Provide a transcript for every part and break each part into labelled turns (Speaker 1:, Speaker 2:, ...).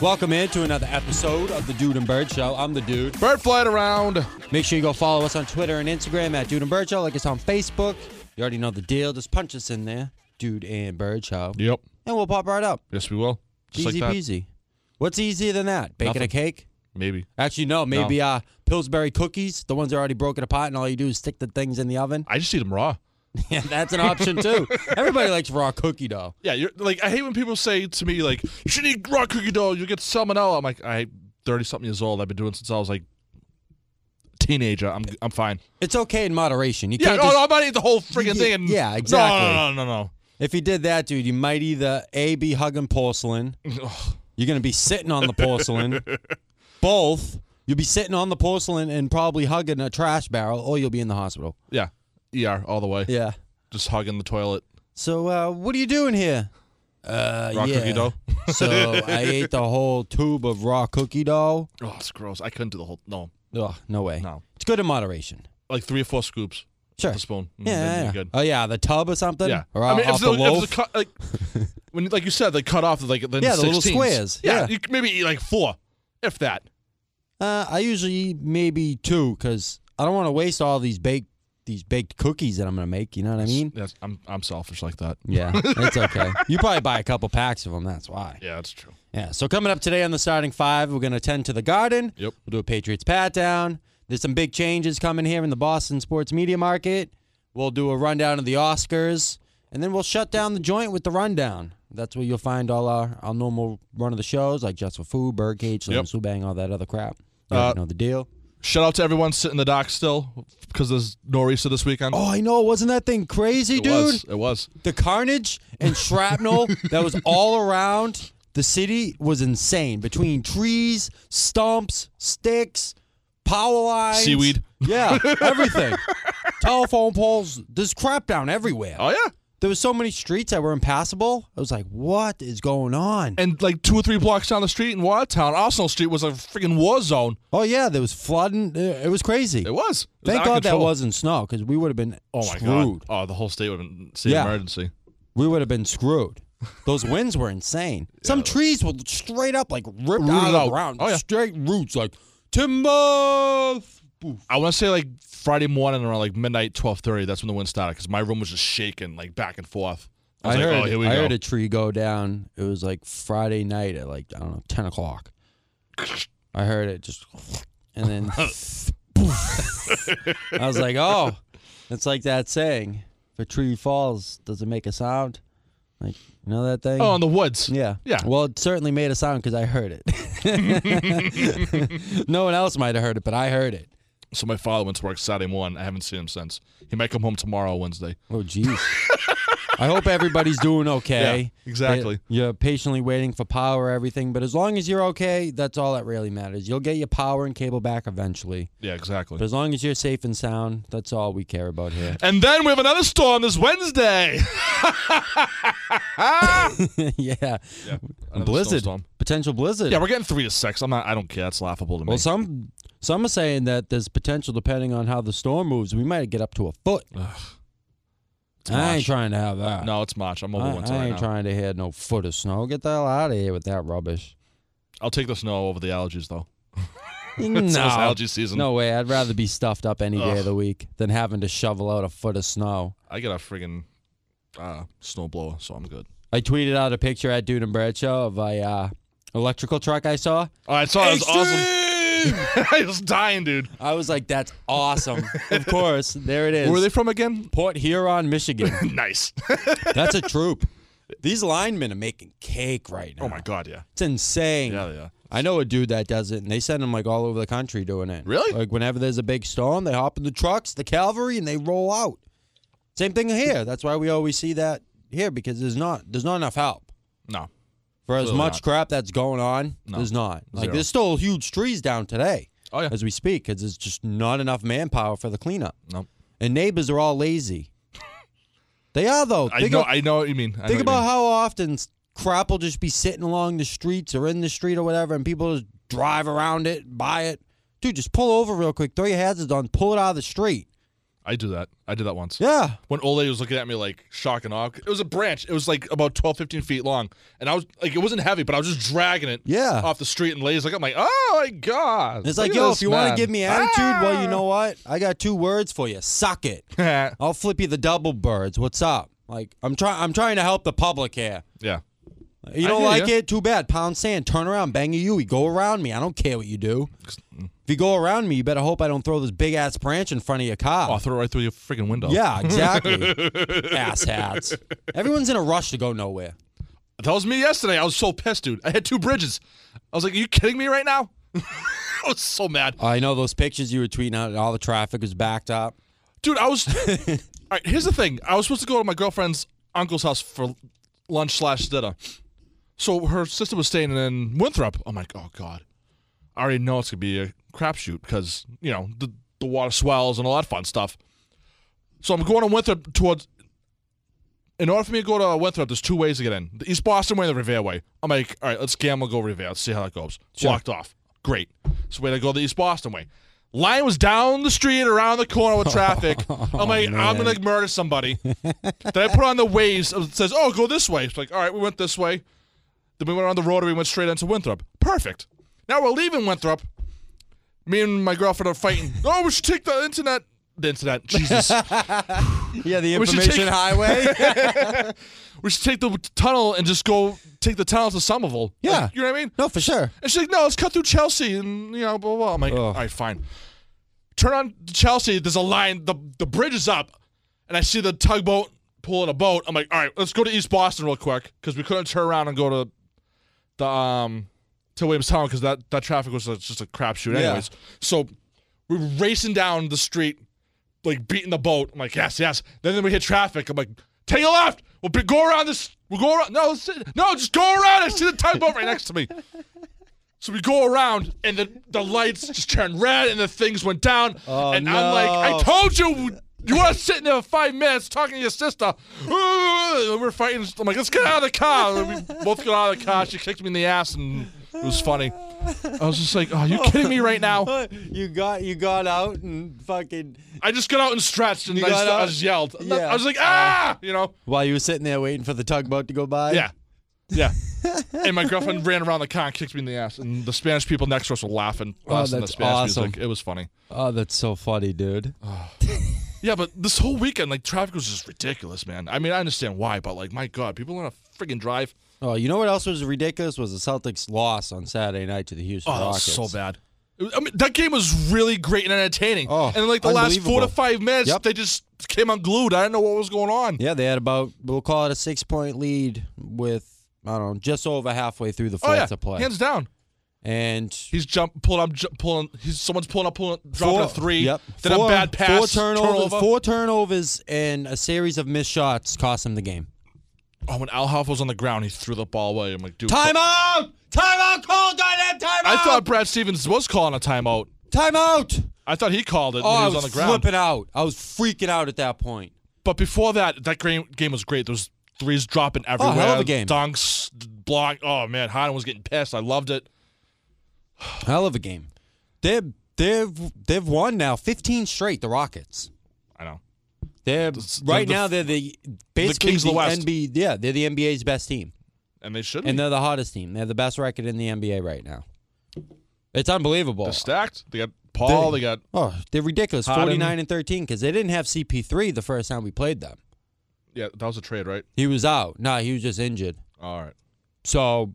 Speaker 1: Welcome in to another episode of the Dude and Bird Show. I'm the Dude.
Speaker 2: Bird flying around.
Speaker 1: Make sure you go follow us on Twitter and Instagram at Dude and Bird Show. Like us on Facebook. You already know the deal. Just punch us in there, Dude and Bird Show,
Speaker 2: Yep.
Speaker 1: and we'll pop right up.
Speaker 2: Yes, we will. Just
Speaker 1: easy
Speaker 2: like that.
Speaker 1: peasy. What's easier than that? Baking a
Speaker 2: Nothing.
Speaker 1: cake?
Speaker 2: Maybe.
Speaker 1: Actually, no. Maybe uh, Pillsbury cookies, the ones that are already broken apart, and all you do is stick the things in the oven.
Speaker 2: I just eat them raw.
Speaker 1: yeah, that's an option too. Everybody likes raw cookie dough.
Speaker 2: Yeah, you're like I hate when people say to me like you should eat raw cookie dough. You get salmonella. I'm like I thirty something years old. I've been doing it since I was like teenager. I'm I'm fine.
Speaker 1: It's okay in moderation. You
Speaker 2: Yeah, oh,
Speaker 1: can't
Speaker 2: no,
Speaker 1: just,
Speaker 2: no, I'm not eating the whole friggin'
Speaker 1: Yeah,
Speaker 2: thing. And,
Speaker 1: yeah,
Speaker 2: No,
Speaker 1: exactly.
Speaker 2: No, no, no,
Speaker 1: If you did that, dude, you might either A, be hugging porcelain.
Speaker 2: no. Ugh.
Speaker 1: You're going to be sitting on the porcelain. Both. You'll be sitting on the porcelain and probably hugging a trash barrel, or you'll be in the hospital.
Speaker 2: Yeah, ER all the way.
Speaker 1: Yeah.
Speaker 2: Just hugging the toilet.
Speaker 1: So, uh, what are you doing here? Uh,
Speaker 2: Raw
Speaker 1: yeah.
Speaker 2: cookie dough.
Speaker 1: so, I ate the whole tube of raw cookie dough.
Speaker 2: Oh, it's gross. I couldn't do the whole. No,
Speaker 1: Ugh, no way.
Speaker 2: no.
Speaker 1: It's good in moderation.
Speaker 2: Like three or four scoops.
Speaker 1: Sure.
Speaker 2: with A spoon. Mm,
Speaker 1: Yeah,
Speaker 2: then
Speaker 1: yeah,
Speaker 2: you're
Speaker 1: yeah.
Speaker 2: Good.
Speaker 1: Oh, yeah, the tub or something?
Speaker 2: Yeah,
Speaker 1: Or off
Speaker 2: if
Speaker 1: the
Speaker 2: the- if
Speaker 1: loaf?
Speaker 2: the cut- like when, like you said, they cut off like then
Speaker 1: Yeah, the little
Speaker 2: 16s.
Speaker 1: squares, yeah.
Speaker 2: you could maybe eat like four, if that.
Speaker 1: Uh, I usually eat maybe two because I don't want to waste all these baked these baked cookies that I'm gonna make. You know what I mean?
Speaker 2: That's, I'm I'm selfish like that.
Speaker 1: Yeah, it's okay. You probably buy a couple packs of them. That's why.
Speaker 2: Yeah, that's true.
Speaker 1: Yeah. So coming up today on the starting five, we're gonna tend to the garden.
Speaker 2: Yep.
Speaker 1: We'll do a Patriots pat down. There's some big changes coming here in the Boston sports media market. We'll do a rundown of the Oscars, and then we'll shut down the joint with the rundown. That's where you'll find all our, our normal run of the shows, like Just for Food, Birdcage,
Speaker 2: Yep.
Speaker 1: Lemon Sue Bang, all that other crap. You
Speaker 2: Uh,
Speaker 1: already know the deal.
Speaker 2: Shout out to everyone sitting in the dock still because there's nor'easter this weekend.
Speaker 1: Oh, I know. Wasn't that thing crazy,
Speaker 2: it
Speaker 1: dude?
Speaker 2: was. It was.
Speaker 1: The carnage and shrapnel that was all around the city was insane. Between trees, stumps, sticks, power lines,
Speaker 2: Seaweed.
Speaker 1: Yeah, everything. Telephone poles. There's crap down everywhere.
Speaker 2: Oh yeah.
Speaker 1: There was so many streets that were impassable. I was like, what is going on?
Speaker 2: And like two or three blocks down the street in Watertown, Arsenal Street was a freaking war zone.
Speaker 1: Oh, yeah, there was flooding. Uh, It was crazy.
Speaker 2: It was. It was out
Speaker 1: Thank
Speaker 2: of
Speaker 1: God that
Speaker 2: control.
Speaker 1: wasn't snow because we would have been
Speaker 2: Oh my
Speaker 1: screwed.
Speaker 2: god. Oh, the whole state would have been state
Speaker 1: Yeah.
Speaker 2: emergency.
Speaker 1: we would have been screwed. Those winds were insane. Some trees were straight up like ripped out of
Speaker 2: Rooted
Speaker 1: the
Speaker 2: out.
Speaker 1: ground,
Speaker 2: Oh, yeah.
Speaker 1: straight roots like timber. Boof.
Speaker 2: I want to say like Friday morning around like midnight, twelve thirty. That's when the wind started because my room was just shaking like back and forth.
Speaker 1: I,
Speaker 2: I was like,
Speaker 1: heard,
Speaker 2: oh, here we
Speaker 1: I
Speaker 2: go.
Speaker 1: heard a tree go down. It was like Friday night at like I don't know ten o'clock. I heard it just, and then I was like, oh, it's like that saying: if a tree falls, does it make a sound? Like you know that thing?
Speaker 2: oh, in the woods.
Speaker 1: Yeah.
Speaker 2: Yeah.
Speaker 1: Well, it certainly made a sound because I heard it. no one else might have heard it, but I heard it.
Speaker 2: So my father went to work Saturday morning. I haven't seen him since. He might come home tomorrow, Wednesday.
Speaker 1: Oh, jeez. I hope everybody's doing okay.
Speaker 2: Yeah, exactly.
Speaker 1: They- You're patiently waiting for power, everything. But as long as you're okay, that's all that really matters. You'll get your power and cable back eventually.
Speaker 2: Yeah, exactly.
Speaker 1: But as long as you're safe and sound, that's all we care about here.
Speaker 2: And then we have another storm this Wednesday.
Speaker 1: yeah.
Speaker 2: Another
Speaker 1: blizzard.
Speaker 2: snowstorm.
Speaker 1: Potential blizzard.
Speaker 2: Yeah, we're getting three to six. I'm not. I don't care. That's laughable to me.
Speaker 1: well, some some are saying that there's potential depending on how the storm moves. We might get up to a foot.
Speaker 2: It's
Speaker 1: I ain't
Speaker 2: March.
Speaker 1: trying to have that.
Speaker 2: No, it's March. I'm over
Speaker 1: I,
Speaker 2: winter
Speaker 1: I
Speaker 2: right
Speaker 1: ain't
Speaker 2: now.
Speaker 1: trying to hear no foot of snow. Get the hell out of here with that rubbish.
Speaker 2: I'll take the snow over the allergies though. It's this
Speaker 1: no,
Speaker 2: allergy season.
Speaker 1: no way. I'd rather be stuffed up any day of
Speaker 2: Ugh.
Speaker 1: the week than having to shovel out a foot of snow.
Speaker 2: I got a friggin' uh, snowblower, so I'm good.
Speaker 1: I tweeted out a picture at Dude and Brad Show of a uh, electrical truck I saw.
Speaker 2: All right, so that was awesome. I was dying, dude.
Speaker 1: I was like, "That's awesome!" of course, there it is.
Speaker 2: Where are they from again?
Speaker 1: Port Huron, Michigan.
Speaker 2: Nice.
Speaker 1: That's a troop. These linemen are making cake right now.
Speaker 2: oh my god, yeah.
Speaker 1: It's insane.
Speaker 2: Yeah, yeah.
Speaker 1: I know a dude that does it, and they send him like all over the country doing it.
Speaker 2: Really?
Speaker 1: Like whenever there's a big storm, they hop in the trucks, the cavalry, and they roll out. Same thing here. That's why we always see that here because there's not there's not enough help
Speaker 2: No.
Speaker 1: for as
Speaker 2: Clearly
Speaker 1: much
Speaker 2: not.
Speaker 1: crap that's going on.
Speaker 2: No.
Speaker 1: There's not like
Speaker 2: Zero.
Speaker 1: there's still huge trees down today
Speaker 2: Oh yeah.
Speaker 1: as we speak because there's just not enough manpower for the cleanup.
Speaker 2: No.
Speaker 1: And neighbors are all lazy. they are though.
Speaker 2: I
Speaker 1: Think
Speaker 2: know.
Speaker 1: of-
Speaker 2: I know what you mean. I know
Speaker 1: Think
Speaker 2: what you
Speaker 1: about how often s- crap will just be sitting along the streets or in the street or whatever, and people just drive around it, buy it. Dude, just pull over real quick, throw your hazards on, pull it out of the street.
Speaker 2: mean. I do that. I did that once.
Speaker 1: Yeah.
Speaker 2: When Ole was looking at me like shock and awe, it was a branch. It was like about 12, 15 feet long, and I was like, it wasn't heavy, but I was just dragging it
Speaker 1: Yeah.
Speaker 2: off the street. And ladies like, I'm like, oh my god.
Speaker 1: it's
Speaker 2: Look
Speaker 1: like,
Speaker 2: at
Speaker 1: yo,
Speaker 2: this
Speaker 1: if you want
Speaker 2: man."
Speaker 1: to give me attitude, well, you know what? I got two words for you. Suck it.
Speaker 2: Ah.
Speaker 1: I'll flip you the double birds. What's up? Like, I'm trying. I'm trying to help the public here.
Speaker 2: yeah.
Speaker 1: You
Speaker 2: I
Speaker 1: don't
Speaker 2: hear
Speaker 1: like
Speaker 2: ya.
Speaker 1: it? Too bad. Pound sand. Turn around. Bang a Yui. Go around me. I don't care what you do.
Speaker 2: mm.
Speaker 1: If you go around me, you better hope I don't throw this big ass branch in front of your car.
Speaker 2: Oh, I'll throw it right through your freaking window.
Speaker 1: Yeah, exactly. Asshats. Everyone's in a rush to go nowhere.
Speaker 2: That was me yesterday. I was so pissed, dude. I had two bridges. I was like, are you kidding me right now? I was so mad.
Speaker 1: I know those pictures you were tweeting out, and all the traffic was backed up.
Speaker 2: Dude, I was. All right, here's the thing. I was supposed to go to my girlfriend's uncle's house for lunch slash dinner. So her sister was staying in Winthrop. I'm like, oh god, I already know it's gonna be a crapshoot because you know the the water swells and all that fun stuff. So I'm going to Winthrop towards. In order for me to go to Winthrop, there's two ways to get in: the East Boston way and the Revere way. I'm like, all right, let's gamble, go Revere, let's see how that goes. Blocked off. Great. So we had to go the East Boston way. Line was down the street around the corner with traffic. I'm like, I'm gonna murder somebody. then I put on the waves. It says, oh, go this way. It's like, all right, we went this way. Then we went on the road and we went straight into Winthrop. Perfect. Now we're leaving Winthrop. Me and my girlfriend are fighting. oh, we should take the internet. The internet. Jesus.
Speaker 1: Yeah, the
Speaker 2: We should
Speaker 1: information
Speaker 2: take-
Speaker 1: highway.
Speaker 2: we should take the tunnel and just go take the tunnel to Somerville.
Speaker 1: Yeah.
Speaker 2: Like, you know what I mean?
Speaker 1: no, for sure.
Speaker 2: And she's like, no, let's cut through Chelsea and, you know, blah, blah. I'm like, all right, fine. Turn on to Chelsea. There's a line. The, the bridge is up. And I see the tugboat pulling a boat. I'm like, all right, let's go to East Boston real quick because we couldn't turn around and go to the, um, to Williamstown because that, that traffic was like, just a crapshoot,
Speaker 1: Yeah.
Speaker 2: anyways. So we're racing down the street, like beating the boat. I'm like, yes, yes. Then, then we hit traffic. I'm like, take a left. We'll be, go around this. We'll go around. No, let's- no, just go around. I see the tugboat right next to me. So we go around, and the, the lights just turned red, and the things went down.
Speaker 1: Oh,
Speaker 2: and I'm like,
Speaker 1: no.
Speaker 2: I told you, you want to sit in there for five minutes talking to your sister. And we're fighting. I'm like, let's get out of the car. And we both got out of the car. She kicked me in the ass, and it was funny. I was just like, oh, you kidding me right now?
Speaker 1: you got you got out and fucking
Speaker 2: I just got out and stretched, and
Speaker 1: You
Speaker 2: I
Speaker 1: got
Speaker 2: just, I
Speaker 1: out?
Speaker 2: just yelled.
Speaker 1: Yeah.
Speaker 2: I was like, ah, you know,
Speaker 1: while you were sitting there waiting for the tugboat to go by.
Speaker 2: yeah, yeah. and my girlfriend ran around the car and kicked me in the ass, and the Spanish people next to us were laughing.
Speaker 1: Oh,
Speaker 2: us and the
Speaker 1: that's
Speaker 2: Spanish
Speaker 1: awesome.
Speaker 2: music. It was funny.
Speaker 1: Oh, that's so funny, dude.
Speaker 2: Yeah, but this whole weekend, like traffic was just ridiculous, man. I mean, I understand why, but like, my God, people want to friggin' drive.
Speaker 1: Oh, you know what else was ridiculous was the Celtics loss on Saturday night to the Houston
Speaker 2: Oh, that was
Speaker 1: Rockets.
Speaker 2: so bad. It was- I mean, that game was really great and entertaining.
Speaker 1: Oh,
Speaker 2: and like the last four to
Speaker 1: unbelievable.
Speaker 2: five minutes,
Speaker 1: Yep.
Speaker 2: they just came unglued. I didn't know what was going on.
Speaker 1: Yeah, they had about we'll call it a six point lead with I don't know just over halfway through the
Speaker 2: oh
Speaker 1: fourth
Speaker 2: yeah,
Speaker 1: to play,
Speaker 2: hands down.
Speaker 1: and
Speaker 2: He's jump pulling up, ju- pulling. He's someone's pulling up, pulling, dropping a three.
Speaker 1: Yep.
Speaker 2: Then
Speaker 1: four,
Speaker 2: a bad pass.
Speaker 1: Four turnovers,
Speaker 2: turnover.
Speaker 1: four turnovers, and a series of missed shots cost him the game.
Speaker 2: Oh, when Al Hoff was on the ground, he threw the ball away. I'm like, dude.
Speaker 1: Timeout! Timeout! Call goddamn timeout!
Speaker 2: I thought Brad Stevens was calling a timeout.
Speaker 1: timeout.
Speaker 2: I thought he called it
Speaker 1: Oh,
Speaker 2: when
Speaker 1: I
Speaker 2: he
Speaker 1: was,
Speaker 2: was, on the ground.
Speaker 1: flipping out. I was freaking out at that point.
Speaker 2: But before that, that gra- game was great. Those threes dropping everywhere.
Speaker 1: Oh, hell of a game.
Speaker 2: Dunks, d- block. Oh man, Harden was getting pissed. I loved it.
Speaker 1: Hell of a game. They've they've they've won now 15 straight. The Rockets.
Speaker 2: I know.
Speaker 1: They're
Speaker 2: s-
Speaker 1: right
Speaker 2: the-
Speaker 1: now. They're the basically
Speaker 2: kings of the West.
Speaker 1: NBA. Yeah, they're the NBA's best team,
Speaker 2: And they should.
Speaker 1: and
Speaker 2: And
Speaker 1: they're the hottest team. They're the best record in the NBA right now. It's unbelievable.
Speaker 2: they're stacked. They got Paul.
Speaker 1: They-
Speaker 2: They, got
Speaker 1: Oh, they're ridiculous.
Speaker 2: Harden.
Speaker 1: 49 and 13 because they didn't have CP3 the first time we played them.
Speaker 2: yeah. That was a trade, right?
Speaker 1: He was out. Nah, he was just injured.
Speaker 2: All right.
Speaker 1: So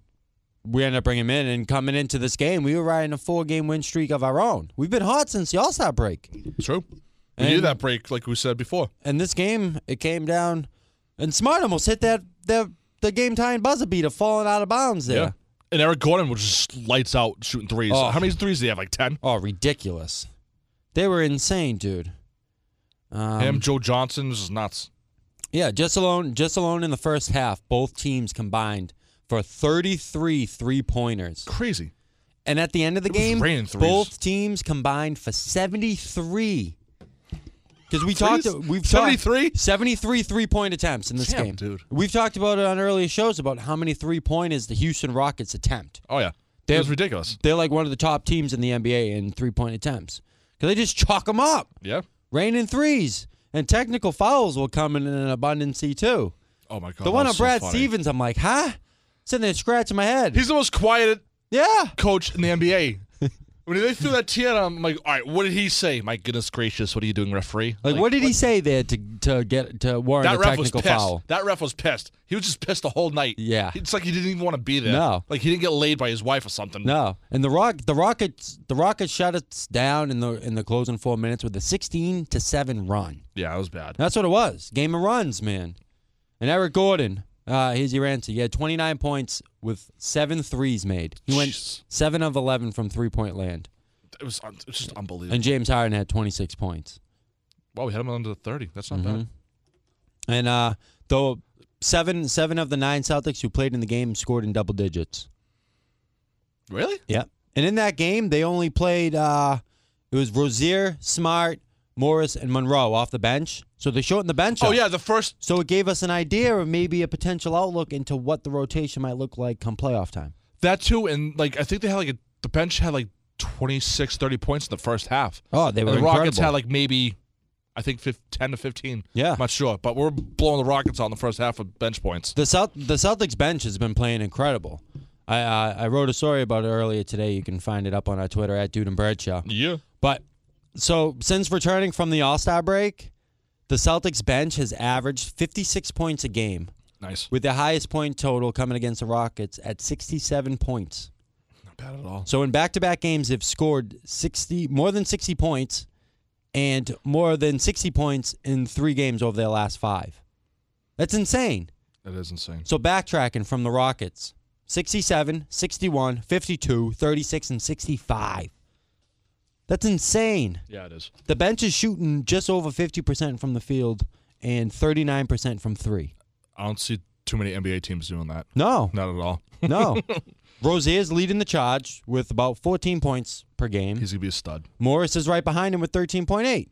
Speaker 1: we ended up bringing him in and coming into this game, we were riding a four game win streak of our own. We've been hot since the All Star break.
Speaker 2: True. We
Speaker 1: And-
Speaker 2: needed that break, like we said before.
Speaker 1: And this game, it came down, and Smart almost hit that, that the game tying buzzer beater falling out of bounds there.
Speaker 2: Yeah. And Eric Gordon was just lights out shooting threes.
Speaker 1: Oh.
Speaker 2: How many threes did he have? Like 10?
Speaker 1: Oh, ridiculous. They were insane, dude. Um,
Speaker 2: Him, Joe Johnson, this is nuts.
Speaker 1: Yeah, just alone, just alone in the first half, both teams combined for 33 three-pointers.
Speaker 2: Crazy.
Speaker 1: And at the end of the
Speaker 2: was
Speaker 1: game,
Speaker 2: raining threes.
Speaker 1: both teams combined for 73. Because we talked,
Speaker 2: Threes?
Speaker 1: we've
Speaker 2: 73?
Speaker 1: talked 73 three-point attempts in this
Speaker 2: Damn,
Speaker 1: game,
Speaker 2: dude.
Speaker 1: We've talked about it on earlier shows about how many three-pointers the Houston Rockets attempt.
Speaker 2: Oh, yeah.
Speaker 1: They
Speaker 2: it
Speaker 1: have-
Speaker 2: was ridiculous.
Speaker 1: They're like one of the top teams in the NBA in three-point attempts because they just chalk them up.
Speaker 2: Yeah.
Speaker 1: rain in threes, and technical fouls will come in an abundance too.
Speaker 2: Oh my god.
Speaker 1: The one
Speaker 2: that
Speaker 1: on
Speaker 2: was so
Speaker 1: Brad
Speaker 2: funny.
Speaker 1: Stevens, I'm like, huh? Sitting there scratching my head.
Speaker 2: He's the most quiet
Speaker 1: yeah.
Speaker 2: coach in the NBA. when they threw that tee at him, I'm like, all right, what did he say? My goodness gracious, what are you doing, referee?
Speaker 1: Like, what did he say there to to get to warrant
Speaker 2: That
Speaker 1: a
Speaker 2: ref was
Speaker 1: technical
Speaker 2: pissed.
Speaker 1: foul?
Speaker 2: That ref was pissed. He was just pissed the whole night.
Speaker 1: Yeah.
Speaker 2: It's like he didn't even want to be there.
Speaker 1: No.
Speaker 2: Like he didn't get laid by his wife or something.
Speaker 1: No, and the rock the Rockets the Rockets shut us down in the in the closing four minutes with a 16 to seven run.
Speaker 2: Yeah, it was bad.
Speaker 1: That's what it was. Game of runs, man. And Eric Gordon, uh, here's your answer. He had 29 points with seven threes made. He went
Speaker 2: Jeez.
Speaker 1: seven of 11 from three point land.
Speaker 2: It was, un- it was just unbelievable.
Speaker 1: And James Harden had 26 points.
Speaker 2: wow, we had him under the 30. That's not
Speaker 1: Mm-hmm.
Speaker 2: bad.
Speaker 1: And uh, though seven seven of the nine Celtics who played in the game scored in double digits.
Speaker 2: Really?
Speaker 1: Yep. And in that game, they only played. Uh, it was Rozier, Smart, Morris, and Monroe off the bench. So they shortened the bench.
Speaker 2: Oh,
Speaker 1: up.
Speaker 2: yeah, the first.
Speaker 1: So it gave us an idea or maybe a potential outlook into what the rotation might look like come playoff time.
Speaker 2: That too. And like, I think they had like a, the bench had like 26, 30 points in the first half.
Speaker 1: Oh, they
Speaker 2: And
Speaker 1: were
Speaker 2: the
Speaker 1: incredible.
Speaker 2: Rockets had like maybe, I think, fif- 10 to 15.
Speaker 1: Yeah.
Speaker 2: I'm not sure. But we're blowing the Rockets out in the first half with bench points.
Speaker 1: the South the Celtics bench has been playing incredible. I uh, I wrote a story about it earlier today. You can find it up on our Twitter at Dude and Bradshaw.
Speaker 2: Yeah.
Speaker 1: But so since returning from the All Star break, the Celtics bench has averaged 56 points a game,
Speaker 2: Nice.
Speaker 1: with the highest point total coming against the Rockets at 67 points.
Speaker 2: Not bad at all.
Speaker 1: So in back-to-back games, they've scored 60 more than 60 points, and more than 60 points in three games over their last five. That's insane.
Speaker 2: That is insane.
Speaker 1: So backtracking from the Rockets, 67, 61, 52, 36, and 65. That's insane.
Speaker 2: Yeah, it is.
Speaker 1: The bench is shooting just over 50% from the field and 39% from three.
Speaker 2: I don't see too many NBA teams doing that.
Speaker 1: No,
Speaker 2: Not at all.
Speaker 1: no. Rozier's leading the charge with about 14 points per game.
Speaker 2: He's gonna be a stud.
Speaker 1: Morris is right behind him with 13.8.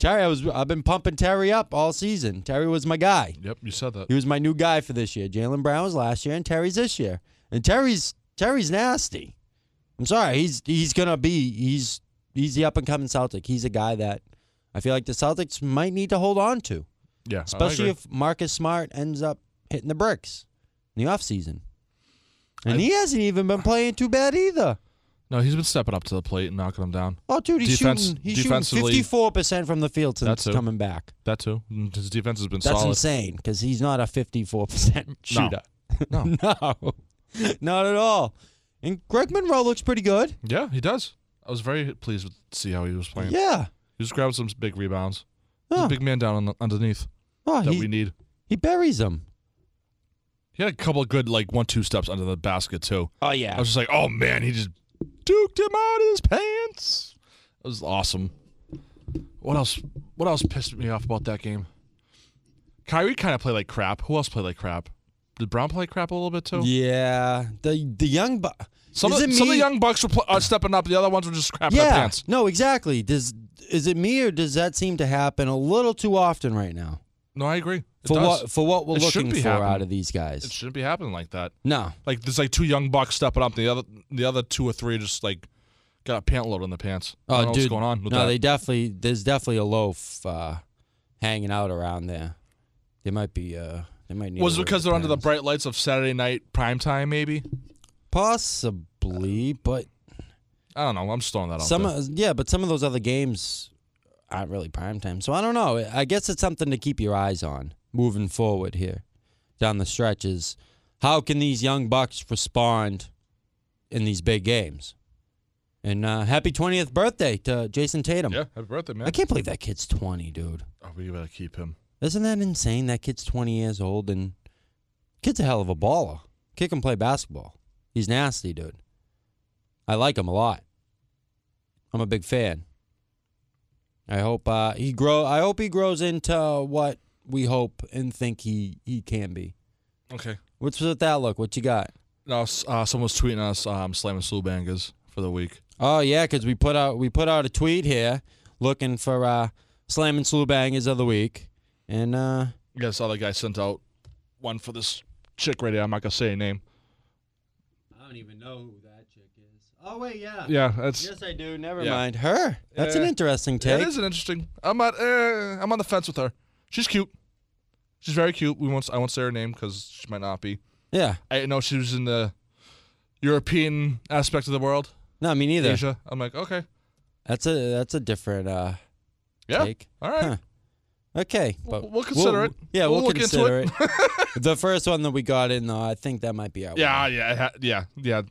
Speaker 1: Terry, I was I've been pumping Terry up all season. Terry was my guy.
Speaker 2: Yep, you said that.
Speaker 1: He was my new guy for this year. Jalen Brown was last year, and Terry's this year. And Terry's Terry's nasty. I'm sorry. He's he's gonna be he's he's the up and coming Celtic. He's a guy that I feel like the Celtics might need to hold on to,
Speaker 2: Yeah,
Speaker 1: especially
Speaker 2: I agree.
Speaker 1: if Marcus Smart ends up hitting the bricks in the offseason. And
Speaker 2: I-
Speaker 1: he hasn't even been playing too bad either.
Speaker 2: no, he's been stepping up to the plate and knocking them down.
Speaker 1: Oh, dude, he's
Speaker 2: Defense-
Speaker 1: shooting. He's shooting
Speaker 2: defensively-
Speaker 1: fifty-four percent from the field since
Speaker 2: That's it.
Speaker 1: coming back.
Speaker 2: That too. Mm, His defense has been
Speaker 1: That's
Speaker 2: solid.
Speaker 1: insane because he's not a fifty-four percent shooter.
Speaker 2: No.
Speaker 1: no, not at all. And Greg Monroe looks pretty good.
Speaker 2: Yeah, he does. I was very pleased with to see how he was playing.
Speaker 1: Yeah.
Speaker 2: He was grabbing some big rebounds. He's
Speaker 1: Huh.
Speaker 2: a big man down on the, underneath
Speaker 1: Oh,
Speaker 2: that
Speaker 1: he,
Speaker 2: we need.
Speaker 1: he buries him.
Speaker 2: He had a couple of good like one two steps under the basket too.
Speaker 1: Oh
Speaker 2: I
Speaker 1: yeah.
Speaker 2: was just like, oh man, he just duked him out of his pants. That was awesome. What else? What else pissed me off about that game? Kyrie kind of played like crap. Who else played like crap? Did Brown play crap a little bit too?
Speaker 1: Yeah. The the young. Bu-
Speaker 2: Some,
Speaker 1: is
Speaker 2: of,
Speaker 1: it
Speaker 2: some of the
Speaker 1: me-
Speaker 2: young bucks were pl- uh, stepping up. The other ones were just crapping their
Speaker 1: Yeah.
Speaker 2: pants.
Speaker 1: No, exactly. Does is it me or does that seem to happen a little too often right now?
Speaker 2: No, I agree. It
Speaker 1: For
Speaker 2: does.
Speaker 1: what for what we're
Speaker 2: It should
Speaker 1: looking
Speaker 2: be
Speaker 1: for
Speaker 2: happening.
Speaker 1: out of these guys?
Speaker 2: It shouldn't be happening like that.
Speaker 1: no.
Speaker 2: Like there's like two young bucks stepping up. The other the other two or three just like got a pant load on the pants. I
Speaker 1: Oh,
Speaker 2: don't know
Speaker 1: dude,
Speaker 2: what's going on with
Speaker 1: no,
Speaker 2: that.
Speaker 1: they definitely there's definitely a loaf uh, hanging out around there. They might be. Uh, they might need.
Speaker 2: was
Speaker 1: a
Speaker 2: it
Speaker 1: little
Speaker 2: because they're under the
Speaker 1: depends.
Speaker 2: bright lights of Saturday night prime time? Maybe
Speaker 1: possibly, but
Speaker 2: I don't know. I'm just throwing that out.
Speaker 1: some
Speaker 2: there.
Speaker 1: of, yeah, but some of those other games aren't really prime time. So I don't know. I guess it's something to keep your eyes on moving forward here down the stretch. Is how can these young bucks respond in these big games? And uh, happy 20th birthday to Jason Tatum.
Speaker 2: yeah, happy birthday,
Speaker 1: I
Speaker 2: man.
Speaker 1: can't believe that kid's 20, dude.
Speaker 2: Oh, we gotta keep him.
Speaker 1: Isn't that insane? That kid's 20 years old and kid's a hell of a baller. Kid can play basketball. He's nasty, dude. I like him a lot. I'm a big fan. I hope uh, he grow. I hope he grows into what we hope and think he he can be.
Speaker 2: Okay.
Speaker 1: What's with that look? What you got?
Speaker 2: No, s- uh, someone was tweeting us um, slamming slew bangers for the week.
Speaker 1: Oh yeah, because we put out we put out a tweet here looking for uh, slam and slew bangers of the week, and uh,
Speaker 2: I guess other guy sent out one for this chick right here. I'm not gonna say her name.
Speaker 1: I don't even know who that chick is. Oh wait, yeah.
Speaker 2: Yeah, that's
Speaker 1: Yes, I do. Never
Speaker 2: Yeah.
Speaker 1: mind. Her. That's an
Speaker 2: Yeah.
Speaker 1: interesting
Speaker 2: It
Speaker 1: take.
Speaker 2: is an interesting. I'm at. Uh, I'm on the fence with her. She's cute. She's very cute. We won't. I won't say her name because she might not be.
Speaker 1: Yeah.
Speaker 2: I know she was in the European aspect of the world,
Speaker 1: No, me neither.
Speaker 2: Asia. I'm like, okay,
Speaker 1: That's a that's a different uh,
Speaker 2: yeah,
Speaker 1: take.
Speaker 2: all right.
Speaker 1: Huh. Okay, but
Speaker 2: We'll consider it.
Speaker 1: Yeah,
Speaker 2: We'll
Speaker 1: we'll,
Speaker 2: look into
Speaker 1: consider it. the first one that we got in, though, I think that might be out.
Speaker 2: Yeah, yeah, it ha- yeah, yeah.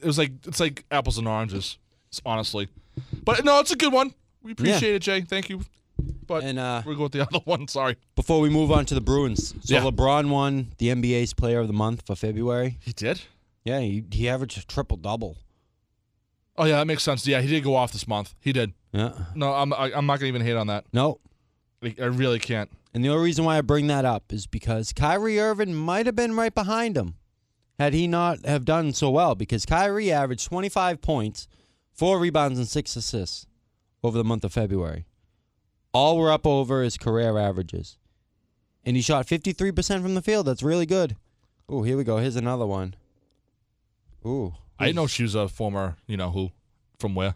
Speaker 2: It was like it's like apples and oranges, s- honestly. But no, it's a good one. We appreciate it, Jay. Thank you. But
Speaker 1: And uh,
Speaker 2: we're going with the other one. Sorry,
Speaker 1: before we move on to the Bruins, so
Speaker 2: Yeah.
Speaker 1: LeBron won the NBA's Player of the Month for February.
Speaker 2: he did.
Speaker 1: Yeah, he, he averaged a triple double.
Speaker 2: Oh yeah, that makes sense. Yeah, he did go off this month. He did.
Speaker 1: Yeah.
Speaker 2: No, I'm I, I'm not gonna even hate on that.
Speaker 1: No.
Speaker 2: Like, I really can't.
Speaker 1: And the only reason why I bring that up is because Kyrie Irving might have been right behind him had he not have done so well because Kyrie averaged 25 points, 4 rebounds and 6 assists over the month of February. All were up over his career averages. And he shot 53% from the field. That's really good. Oh, here we go. Here's another one. Ooh.
Speaker 2: I didn't know she was a former, you know, who, from where.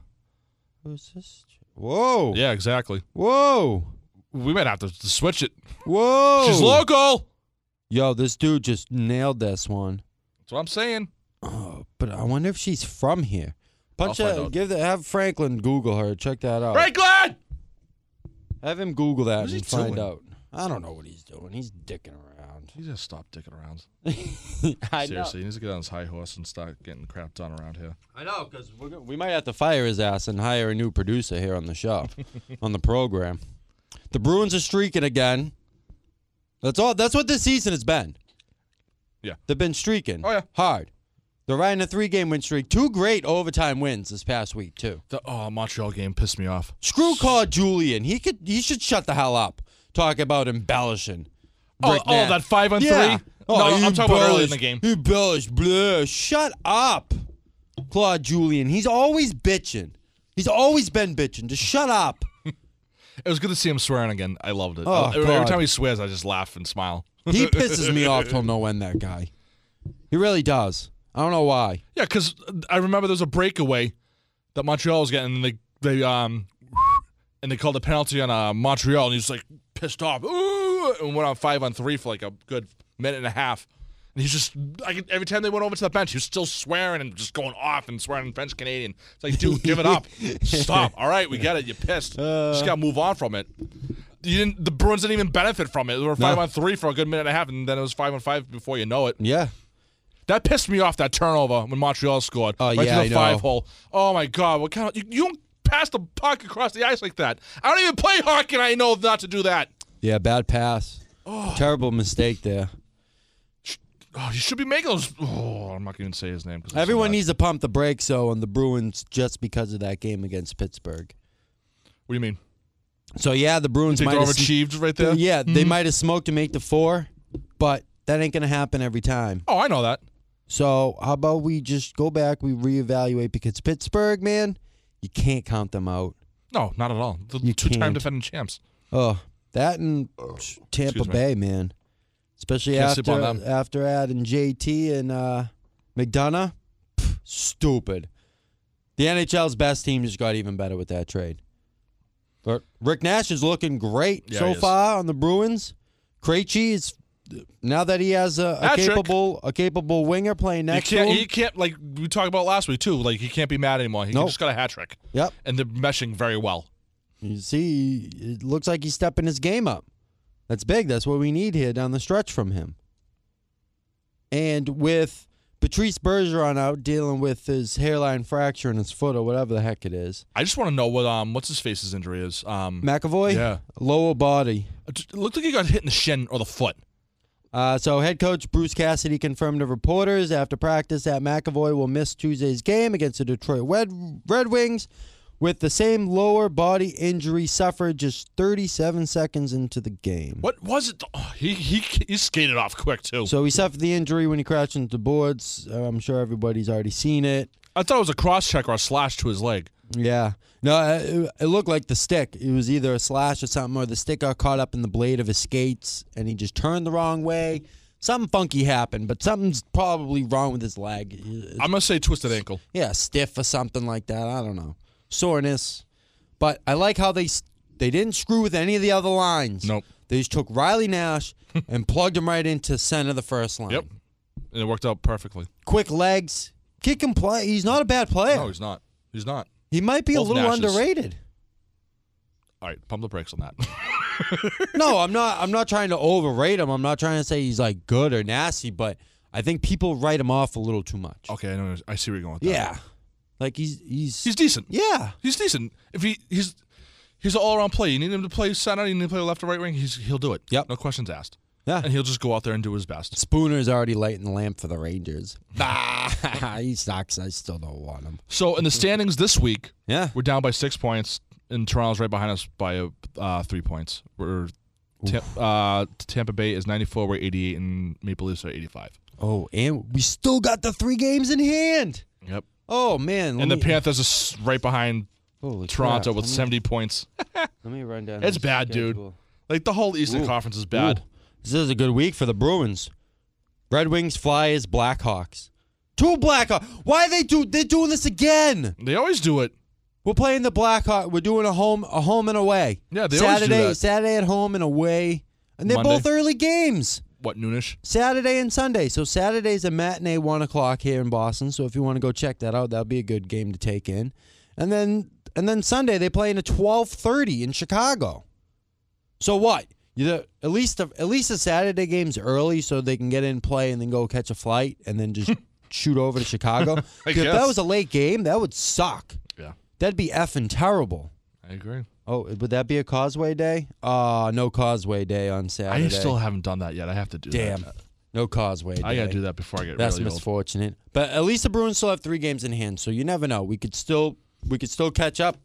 Speaker 1: Who's this? Whoa.
Speaker 2: Yeah, exactly.
Speaker 1: Whoa.
Speaker 2: We might have to to switch it.
Speaker 1: Whoa.
Speaker 2: She's local.
Speaker 1: Yo, this dude just nailed this one.
Speaker 2: That's what I'm saying.
Speaker 1: Oh, but I wonder if she's from here. Punch
Speaker 2: I'll find
Speaker 1: out,
Speaker 2: out.
Speaker 1: give the, have Franklin Google her. Check that out.
Speaker 2: Right, Glad.
Speaker 1: Have him Google that
Speaker 2: What is
Speaker 1: and
Speaker 2: he
Speaker 1: find
Speaker 2: doing?
Speaker 1: out. I don't know what he's doing. He's dicking around.
Speaker 2: He just stopped dicking around.
Speaker 1: I
Speaker 2: Seriously, he needs to get on his high horse and start getting crap done around here.
Speaker 1: know. I know because we might have to fire his ass and hire a new producer here on the show, on the program. The Bruins are streaking again. That's all. That's what this season has been.
Speaker 2: Yeah.
Speaker 1: they've been streaking.
Speaker 2: Oh, yeah.
Speaker 1: hard. They're riding a three-game win streak. Two great overtime wins this past week too.
Speaker 2: The oh Montreal game pissed me off.
Speaker 1: Screw Claude Julian. He could. He should shut the hell up. Talk about embellishing.
Speaker 2: Oh,
Speaker 1: Rick
Speaker 2: oh,
Speaker 1: Nash.
Speaker 2: that five on
Speaker 1: Yeah. Oh,
Speaker 2: three. no,
Speaker 1: he
Speaker 2: I'm talking about early
Speaker 1: embellished-
Speaker 2: in the game.
Speaker 1: He embellished. Blah. Shut up, Claude Julian. He's always bitching. He's always been bitching. Just shut up.
Speaker 2: It was good to see him swearing again. I loved it.
Speaker 1: Oh,
Speaker 2: I- every,
Speaker 1: God.
Speaker 2: time he swears, I just laugh and smile.
Speaker 1: He pisses me off till no end. That guy. He really does. I don't know why.
Speaker 2: Yeah, because I remember there was a breakaway that Montreal was getting, and they they um and they called a penalty on uh, Montreal, and he was like pissed off, Ooh, and went on five on three for like a good minute and a half. And he's just I could, every time they went over to the bench, he was still swearing and just going off and swearing in French Canadian. It's like, dude, give it up, stop. All right, we get it. You're pissed. just gotta move on from it. You didn't. The Bruins didn't even benefit from it. They were five on three for a good minute and a half, and then it was five on five before you know it.
Speaker 1: Yeah.
Speaker 2: That pissed me off. That turnover when Montreal scored.
Speaker 1: Oh,
Speaker 2: right
Speaker 1: yeah,
Speaker 2: to
Speaker 1: I
Speaker 2: the
Speaker 1: know.
Speaker 2: five hole. Oh my god! What kind of you, you don't pass the puck across the ice like that? I don't even play hockey, and I know not to do that.
Speaker 1: Yeah. Bad pass. Terrible mistake there.
Speaker 2: Oh, you should be making those. Oh, I'm not going to say his name. 'cause it's so
Speaker 1: Everyone
Speaker 2: bad.
Speaker 1: needs to pump the brakes though on the Bruins just because of that game against Pittsburgh.
Speaker 2: What do you mean?
Speaker 1: So yeah, the Bruins
Speaker 2: Think
Speaker 1: might
Speaker 2: they're
Speaker 1: have sm-
Speaker 2: overachieved right there?
Speaker 1: Yeah, they might have smoked to make the four, but that ain't gonna happen every time.
Speaker 2: Oh, I know that.
Speaker 1: So how about we just go back, we reevaluate because Pittsburgh, man, you can't count them out.
Speaker 2: No, not at all. The
Speaker 1: You
Speaker 2: two-time
Speaker 1: can't.
Speaker 2: defending champs.
Speaker 1: Oh, that and psh, Tampa
Speaker 2: excuse me.
Speaker 1: Bay, man. Especially
Speaker 2: Can't sleep
Speaker 1: after
Speaker 2: on them.
Speaker 1: after adding JT and uh, McDonough, Pff, stupid. The NHL's best team just got even better with that trade. But Rick Nash is looking great
Speaker 2: Yeah, he
Speaker 1: so
Speaker 2: is.
Speaker 1: far on the Bruins. Krejci is now that he has a, a
Speaker 2: Patrick.
Speaker 1: capable a capable winger playing
Speaker 2: He
Speaker 1: next to
Speaker 2: can't.
Speaker 1: him.
Speaker 2: He can't. Like we talked about last week too. Like he can't be mad anymore. He
Speaker 1: Nope.
Speaker 2: just got a hat trick,
Speaker 1: Yep,
Speaker 2: and they're meshing very well.
Speaker 1: you see, it looks like he's stepping his game up. That's big. That's what we need here down the stretch from him. And with Patrice Bergeron out dealing with his hairline fracture in his foot or whatever the heck it is,
Speaker 2: I just want to know what um what's his face's injury is. Um,
Speaker 1: McAvoy,
Speaker 2: Yeah.
Speaker 1: lower body.
Speaker 2: it looked like he got hit in the shin or the foot.
Speaker 1: Uh, so head coach Bruce Cassidy confirmed to reporters after practice that McAvoy will miss Tuesday's game against the Detroit Red, Red Wings with the same lower body injury suffered just 37 seconds into the game.
Speaker 2: What was it? Oh, he he he skated off quick too.
Speaker 1: So he suffered the injury when he crashed into the boards. Uh, I'm sure everybody's already seen it.
Speaker 2: I thought it was a cross check or a slash to his leg.
Speaker 1: Yeah. No, uh, it, it looked like the stick. It was either a slash or something, or the stick got caught up in the blade of his skates, and he just turned the wrong way. something funky happened, but something's probably wrong with his leg.
Speaker 2: I'm gonna say twisted ankle.
Speaker 1: Yeah, stiff or something like that. I don't know. Soreness. But I like how they s- they didn't screw with any of the other lines.
Speaker 2: Nope.
Speaker 1: They just took Riley Nash and plugged him right into center of the first line.
Speaker 2: Yep. And it worked out perfectly.
Speaker 1: Quick legs. Kick and play. He's not a bad player.
Speaker 2: No, he's not. He's not.
Speaker 1: he might be a
Speaker 2: both
Speaker 1: little
Speaker 2: Nashes.
Speaker 1: underrated.
Speaker 2: All right, pump the brakes on that.
Speaker 1: no, I'm not. I'm not trying to overrate him. I'm not trying to say he's like good or nasty, but I think people write him off a little too much.
Speaker 2: okay, I know. I see where you're going. With that.
Speaker 1: Yeah, like he's he's,
Speaker 2: he's decent.
Speaker 1: yeah.
Speaker 2: He's decent. If he he's he's an all around player. You need him to play center. You need him to play left or right wing. He's he'll do it.
Speaker 1: Yep.
Speaker 2: No questions asked.
Speaker 1: Yeah.
Speaker 2: And he'll just go out there and do his best.
Speaker 1: Spooner's already lighting the lamp for the Rangers. Bah, he sucks. I still don't want him.
Speaker 2: So in the standings this week,
Speaker 1: Yeah,
Speaker 2: we're down by six points, and Toronto's right behind us by uh, uh, three points. We're Tam- uh, Tampa Bay is 94, we're 88, and Maple Leafs are 85.
Speaker 1: Oh, and we still got the three games in hand.
Speaker 2: Yep.
Speaker 1: Oh man, let
Speaker 2: And the
Speaker 1: me-
Speaker 2: Panthers are s- right behind
Speaker 1: Holy
Speaker 2: Toronto
Speaker 1: crap.
Speaker 2: with
Speaker 1: Let me-
Speaker 2: 70 points.
Speaker 1: Let me run down.
Speaker 2: It's
Speaker 1: this
Speaker 2: bad, dude.
Speaker 1: schedule.
Speaker 2: Like the whole Eastern
Speaker 1: Ooh.
Speaker 2: Conference is bad.
Speaker 1: Ooh. This is a good week for the Bruins. Red Wings, Flyers, Blackhawks. Two Blackhawks. Why they do? They're doing this again.
Speaker 2: They always do it.
Speaker 1: We're playing the Blackhawks. We're doing a home, a home and away.
Speaker 2: Yeah, they always do
Speaker 1: Saturday,
Speaker 2: that.
Speaker 1: Saturday at home and away, and they're
Speaker 2: Monday.
Speaker 1: both early games.
Speaker 2: What noonish?
Speaker 1: Saturday and Sunday. So Saturday's a matinee one o'clock here in Boston. So if you want to go check that out, that'll be a good game to take in. And then and then Sunday they play in a twelve thirty in Chicago. So what? You the, at least the, at least the Saturday game's early so they can get in play and then go catch a flight and then just shoot over to Chicago. 'Cause if that
Speaker 2: guess.
Speaker 1: was a late game, that would suck.
Speaker 2: Yeah,
Speaker 1: That'd be effing terrible.
Speaker 2: I agree.
Speaker 1: Oh, would that be a Causeway Day? Uh no Causeway Day on Saturday.
Speaker 2: I still haven't done that yet. I have to do
Speaker 1: Damn.
Speaker 2: that.
Speaker 1: No Causeway Day.
Speaker 2: I gotta do that before I get
Speaker 1: That's
Speaker 2: really old.
Speaker 1: misfortunate. But at least the Bruins still have three games in hand, so you never know. We could still we could still catch up.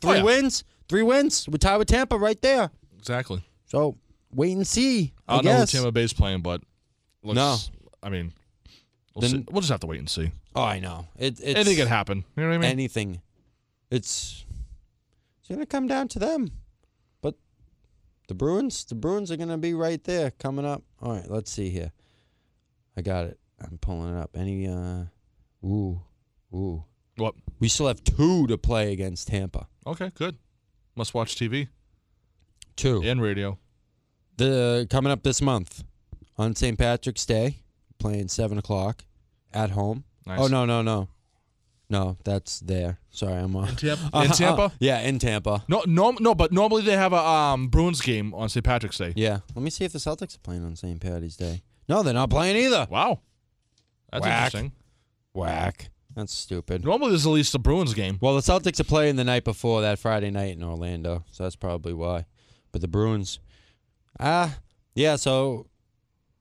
Speaker 1: Three
Speaker 2: Oh, yeah.
Speaker 1: wins, three wins. We tie with Tampa right there.
Speaker 2: Exactly.
Speaker 1: So wait and see. I,
Speaker 2: I don't know who
Speaker 1: guess.
Speaker 2: Tampa Bay's playing, but looks,
Speaker 1: No.
Speaker 2: I mean, we'll,
Speaker 1: Then-
Speaker 2: see. we'll just have to wait and see.
Speaker 1: oh, I know. It, it's
Speaker 2: Anything could happen. You know what I mean?
Speaker 1: anything. It's it's gonna come down to them. But the Bruins, the Bruins are gonna be right there coming up. All right, let's see here. I got it. I'm pulling it up. Any uh ooh, ooh.
Speaker 2: what?
Speaker 1: We still have two to play against Tampa.
Speaker 2: Okay, good. Must watch TV
Speaker 1: Two.
Speaker 2: and radio.
Speaker 1: The coming up this month on St. Patrick's Day, playing seven o'clock at home.
Speaker 2: Nice.
Speaker 1: Oh no no no, no that's there. Sorry, I'm on.
Speaker 2: Tampa. In Tampa?
Speaker 1: yeah, in Tampa.
Speaker 2: No, no, no. But normally they have a um, Bruins game on St. Patrick's Day.
Speaker 1: Yeah. Let me see if the Celtics are playing on St. Patty's Day. No, they're not playing either.
Speaker 2: Wow, that's
Speaker 1: Whack.
Speaker 2: interesting.
Speaker 1: Whack. That's stupid.
Speaker 2: Normally there's at least a Bruins game.
Speaker 1: Well, the Celtics are playing the night before that Friday night in Orlando, so that's probably why. But the Bruins, ah, yeah. So,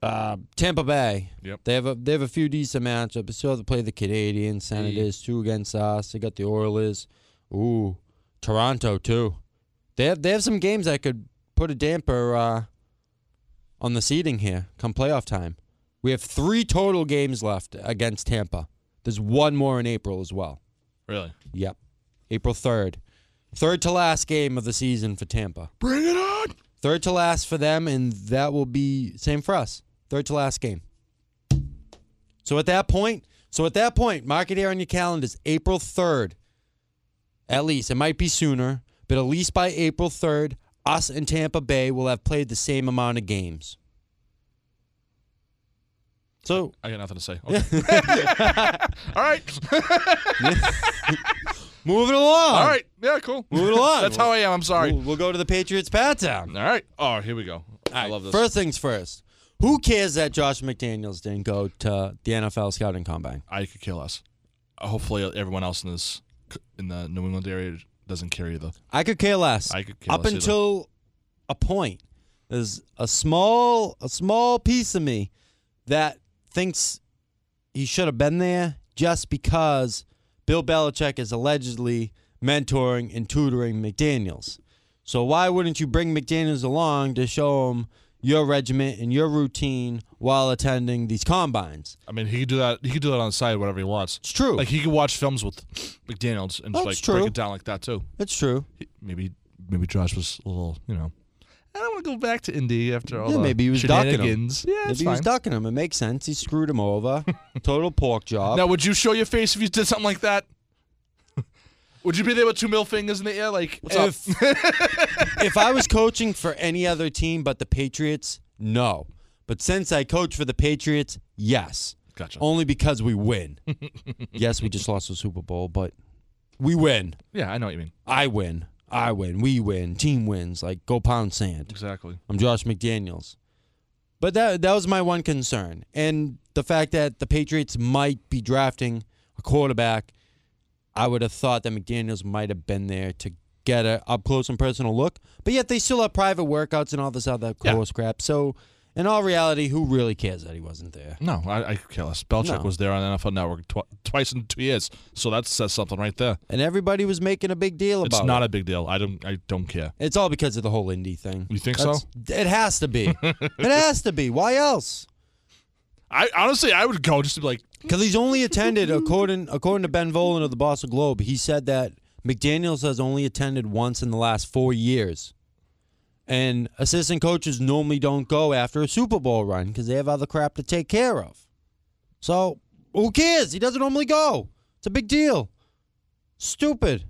Speaker 1: uh, Tampa Bay.
Speaker 2: Yep.
Speaker 1: They have a they have a few decent matchups. They still have to play the Canadiens, Senators,
Speaker 2: Mm.
Speaker 1: two against us. They got the Oilers. Ooh, Toronto too. They have they have some games that could put a damper uh, on the seeding here come playoff time. We have three total games left against Tampa. There's one more in April as well.
Speaker 2: Really?
Speaker 1: Yep. April 3rd. Third to last game of the season for Tampa.
Speaker 2: Bring it on!
Speaker 1: Third to last for them, and that will be same for us. Third to last game. So at that point, so at that point, mark it here on your calendars, April 3rd. At least. It might be sooner, but at least by April 3rd, us and Tampa Bay will have played the same amount of games. So
Speaker 2: I got nothing to say. Okay. All right.
Speaker 1: moving along.
Speaker 2: All right. Yeah. Cool.
Speaker 1: Move it along.
Speaker 2: That's how I am. I'm sorry.
Speaker 1: We'll, we'll go to the Patriots Pat Town.
Speaker 2: All right. Oh, here we go. I love this.
Speaker 1: First things first. Who cares that Josh McDaniels didn't go to the NFL scouting combine?
Speaker 2: I could kill us. Uh, hopefully, everyone else in this in the New England area doesn't carry the.
Speaker 1: I could care less.
Speaker 2: I could care
Speaker 1: Up
Speaker 2: less either.
Speaker 1: until a point, there's a small a small piece of me that thinks he should have been there just because Bill Belichick is allegedly mentoring and tutoring McDaniels. So why wouldn't you bring McDaniels along to show him your regiment and your routine while attending these combines?
Speaker 2: I mean, he could do that. He could do that on the side, whatever he wants.
Speaker 1: It's true.
Speaker 2: Like he could watch films with McDaniel's and
Speaker 1: That's
Speaker 2: just like break
Speaker 1: true.
Speaker 2: it down like that too.
Speaker 1: it's true.
Speaker 2: He- Maybe maybe Josh was a little, you know, I don't want to go back to Indy after all.
Speaker 1: Yeah,
Speaker 2: the
Speaker 1: maybe he was ducking 'em.
Speaker 2: shenanigans. Yeah, it's
Speaker 1: Maybe he was
Speaker 2: fine.
Speaker 1: ducking him. It makes sense. He screwed him over. Total pork job.
Speaker 2: Now, would you show your face if you did something like that? would you be there with two middle fingers in the air, like what's up?
Speaker 1: if, if I was coaching for any other team but the Patriots, no. But since I coach for the Patriots, yes.
Speaker 2: Gotcha.
Speaker 1: Only because we win. yes, we just lost the Super Bowl, but we win.
Speaker 2: Yeah, I know what you mean.
Speaker 1: I win. I win. We win. Team wins. Like go pound sand.
Speaker 2: Exactly.
Speaker 1: I'm Josh McDaniels. But that that was my one concern. And the fact that the Patriots might be drafting a quarterback, I would have thought that McDaniels might have been there to get a up close and personal look. But yet they still have private workouts and all this other
Speaker 2: Yeah.
Speaker 1: course crap. So in all reality, who really cares that he wasn't there?
Speaker 2: No, I, I could care less. Belichick
Speaker 1: No.
Speaker 2: was there on NFL Network tw- twice in two years, so that says something right there.
Speaker 1: And everybody was making a big deal about
Speaker 2: It's not
Speaker 1: it.
Speaker 2: a big deal. I don't. I don't care.
Speaker 1: it's all because of the whole indie thing.
Speaker 2: You think so?
Speaker 1: It has to be. it has to be. Why else?
Speaker 2: I honestly, I would go just to be like,
Speaker 1: Because he's only attended, according according to Ben Volen of the Boston Globe, he said that McDaniels has only attended once in the last four years. And assistant coaches normally don't go after a Super Bowl run because they have other crap to take care of. So who cares? He doesn't normally go. It's a big deal. Stupid.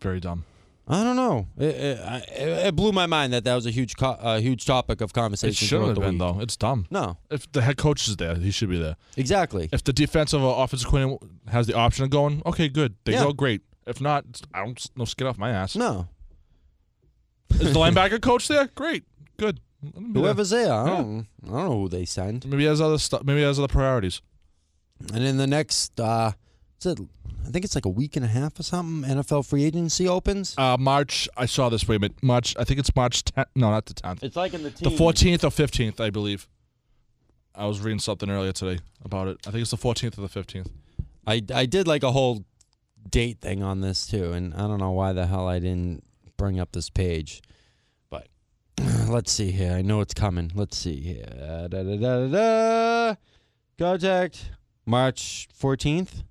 Speaker 2: very dumb.
Speaker 1: I don't know. It, it, I- it, it blew my mind that that was a huge, co- uh, huge topic of
Speaker 2: It
Speaker 1: conversation.
Speaker 2: should
Speaker 1: throughout
Speaker 2: have
Speaker 1: the
Speaker 2: been
Speaker 1: week.
Speaker 2: though. It's dumb.
Speaker 1: No,
Speaker 2: If the head coach is there, he should be there.
Speaker 1: exactly.
Speaker 2: If the defensive or offensive coordinator has the option of going, okay, good. They
Speaker 1: Yeah.
Speaker 2: go great. If not, it's- I don't no skid off my ass.
Speaker 1: No,
Speaker 2: Is the linebacker coach there? Great, good. Let him be there.
Speaker 1: whoever's there, I don't, I don't know who they send.
Speaker 2: Maybe he has other stuff. Maybe he has other priorities.
Speaker 1: And in the next, uh, is it, I think it's like a week and a half or something, NFL free agency opens.
Speaker 2: Uh, March. I saw this. Wait a minute. March. I think it's March 10th. No, not the 10th.
Speaker 1: It's like in
Speaker 2: The 14th or 15th, I believe. I was reading something earlier today about it. I think it's the 14th or the 15th.
Speaker 1: I, I did like a whole date thing on this too, and I don't know why the hell I didn't bring up this page. But let's see here. I know it's coming. Let's see here. Da, da, da, da, da. Contact March 14th.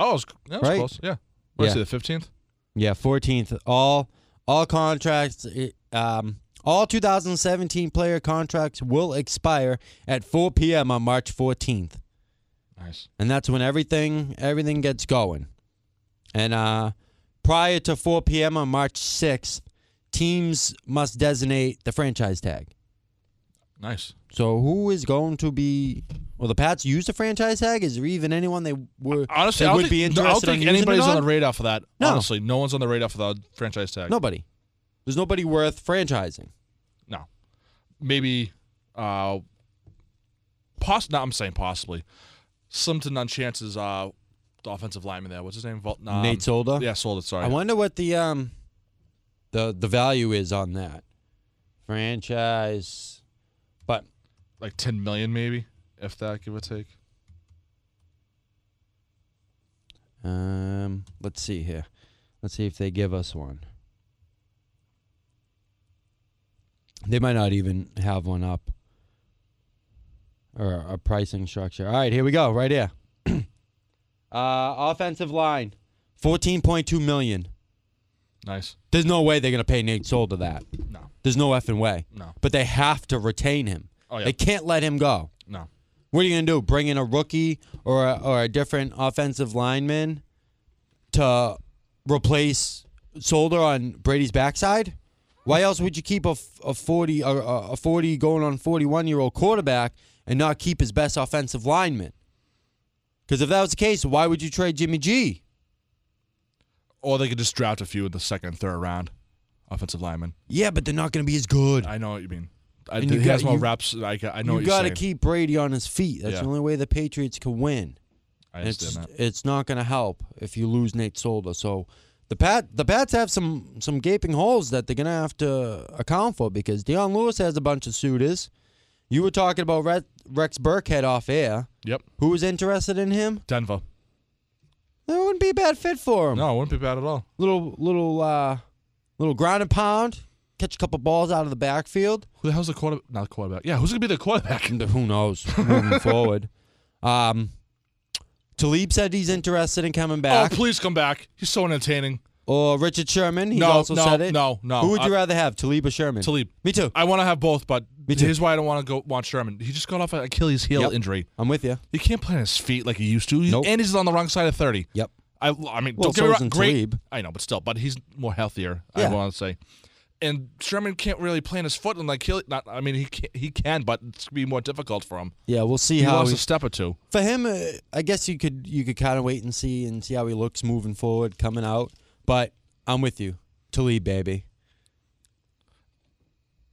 Speaker 2: Oh, it was, that was
Speaker 1: Right?
Speaker 2: close. Yeah. What
Speaker 1: Yeah.
Speaker 2: is it? The 15th?
Speaker 1: Yeah, 14th. All all contracts eh, um all 2017 player contracts will expire at 4 p.m. on March 14th.
Speaker 2: Nice.
Speaker 1: And that's when everything everything gets going. And uh prior to 4 p.m. on March 6th, teams must designate the franchise tag.
Speaker 2: Nice.
Speaker 1: So who is going to be well the Pats use the franchise tag? Is there even anyone they were
Speaker 2: Honestly,
Speaker 1: they
Speaker 2: I don't
Speaker 1: would
Speaker 2: think,
Speaker 1: be
Speaker 2: no,
Speaker 1: interested
Speaker 2: I don't
Speaker 1: in
Speaker 2: think
Speaker 1: using it
Speaker 2: anybody's on?
Speaker 1: on?
Speaker 2: the radar for that.
Speaker 1: No.
Speaker 2: Honestly, no one's on the radar for the franchise tag.
Speaker 1: Nobody. There's nobody worth franchising.
Speaker 2: Maybe, uh, poss- no, I'm saying possibly. Slim to none chances. Uh, the offensive lineman there. What's his name? Vol- um,
Speaker 1: Nate Solder.
Speaker 2: Yeah, sold it. Sorry.
Speaker 1: I wonder what the um the the value is on that franchise. But
Speaker 2: like 10 million, maybe, if that, give or take.
Speaker 1: um, let's see here. Let's see if they give us one. They might not even have one up or a pricing structure. All right, here we go. Right here. uh, offensive line, fourteen point two million.
Speaker 2: Nice.
Speaker 1: There's no way they're gonna pay Nate Solder that.
Speaker 2: No,
Speaker 1: There's no effing way.
Speaker 2: no,
Speaker 1: But they have to retain him.
Speaker 2: Oh, yeah.
Speaker 1: They can't let him go.
Speaker 2: no.
Speaker 1: What are you gonna do? Bring in a rookie or a, or a different offensive lineman to replace Solder on Brady's backside? Why else would you keep a, f- a forty a, a a forty going on forty one year old quarterback and not keep his best offensive lineman? Because if that was the case, why would you trade Jimmy G?
Speaker 2: Or they could just draft a few in the second and third round offensive linemen.
Speaker 1: Yeah, but they're not gonna be as good.
Speaker 2: I know what you mean. I,
Speaker 1: And
Speaker 2: he
Speaker 1: you
Speaker 2: has
Speaker 1: got-
Speaker 2: more
Speaker 1: you-
Speaker 2: reps. I, ca- I know
Speaker 1: you
Speaker 2: what
Speaker 1: gotta
Speaker 2: you're saying.
Speaker 1: keep Brady on his feet. That's
Speaker 2: Yeah.
Speaker 1: the only way the Patriots can win.
Speaker 2: I
Speaker 1: It's
Speaker 2: understand that.
Speaker 1: it's not going to help if you lose Nate Solder. So the Pat the Pats have some some gaping holes that they're going to have to account for because Deion Lewis has a bunch of suitors. You were talking about Re- Rex Burkhead off air.
Speaker 2: Yep.
Speaker 1: Who was interested in him?
Speaker 2: Denver.
Speaker 1: That wouldn't be a bad fit for him.
Speaker 2: No, it wouldn't be bad at all.
Speaker 1: Little little uh, little ground and pound, catch a couple balls out of the backfield.
Speaker 2: Who the hell's the quarterback? Not the quarterback. Yeah, who's going to be the quarterback?
Speaker 1: And who knows moving forward? Um, Talib said he's interested in coming
Speaker 2: Oh,
Speaker 1: back.
Speaker 2: please come back. He's so entertaining.
Speaker 1: or Richard Sherman. He's
Speaker 2: No,
Speaker 1: also
Speaker 2: no,
Speaker 1: said it.
Speaker 2: no, no.
Speaker 1: Who would you
Speaker 2: Oh, I-
Speaker 1: rather have, Talib or Sherman?
Speaker 2: Talib.
Speaker 1: Me too.
Speaker 2: I want to have both, but
Speaker 1: Me too.
Speaker 2: here's why I don't want to go watch Sherman. He just got off an Achilles heel
Speaker 1: Yep.
Speaker 2: injury.
Speaker 1: I'm with you.
Speaker 2: He can't play on his feet like he used to. He-
Speaker 1: Nope.
Speaker 2: And he's on the wrong side of 30.
Speaker 1: Yep.
Speaker 2: I, I mean,
Speaker 1: Well,
Speaker 2: don't get me
Speaker 1: so
Speaker 2: wrong.
Speaker 1: isn't
Speaker 2: great.
Speaker 1: Talib.
Speaker 2: I know, but still, but he's more healthier.
Speaker 1: Yeah.
Speaker 2: I want to say, and Sherman can't really play on his foot, and like he, not. I mean, he can, he can, but it's gonna be more difficult for him.
Speaker 1: Yeah, we'll see
Speaker 2: He
Speaker 1: how
Speaker 2: lost
Speaker 1: he,
Speaker 2: a step or two.
Speaker 1: for him. Uh, I guess you could you could kind of wait and see and see how he looks moving forward, coming out. But I'm with you, Talib, baby.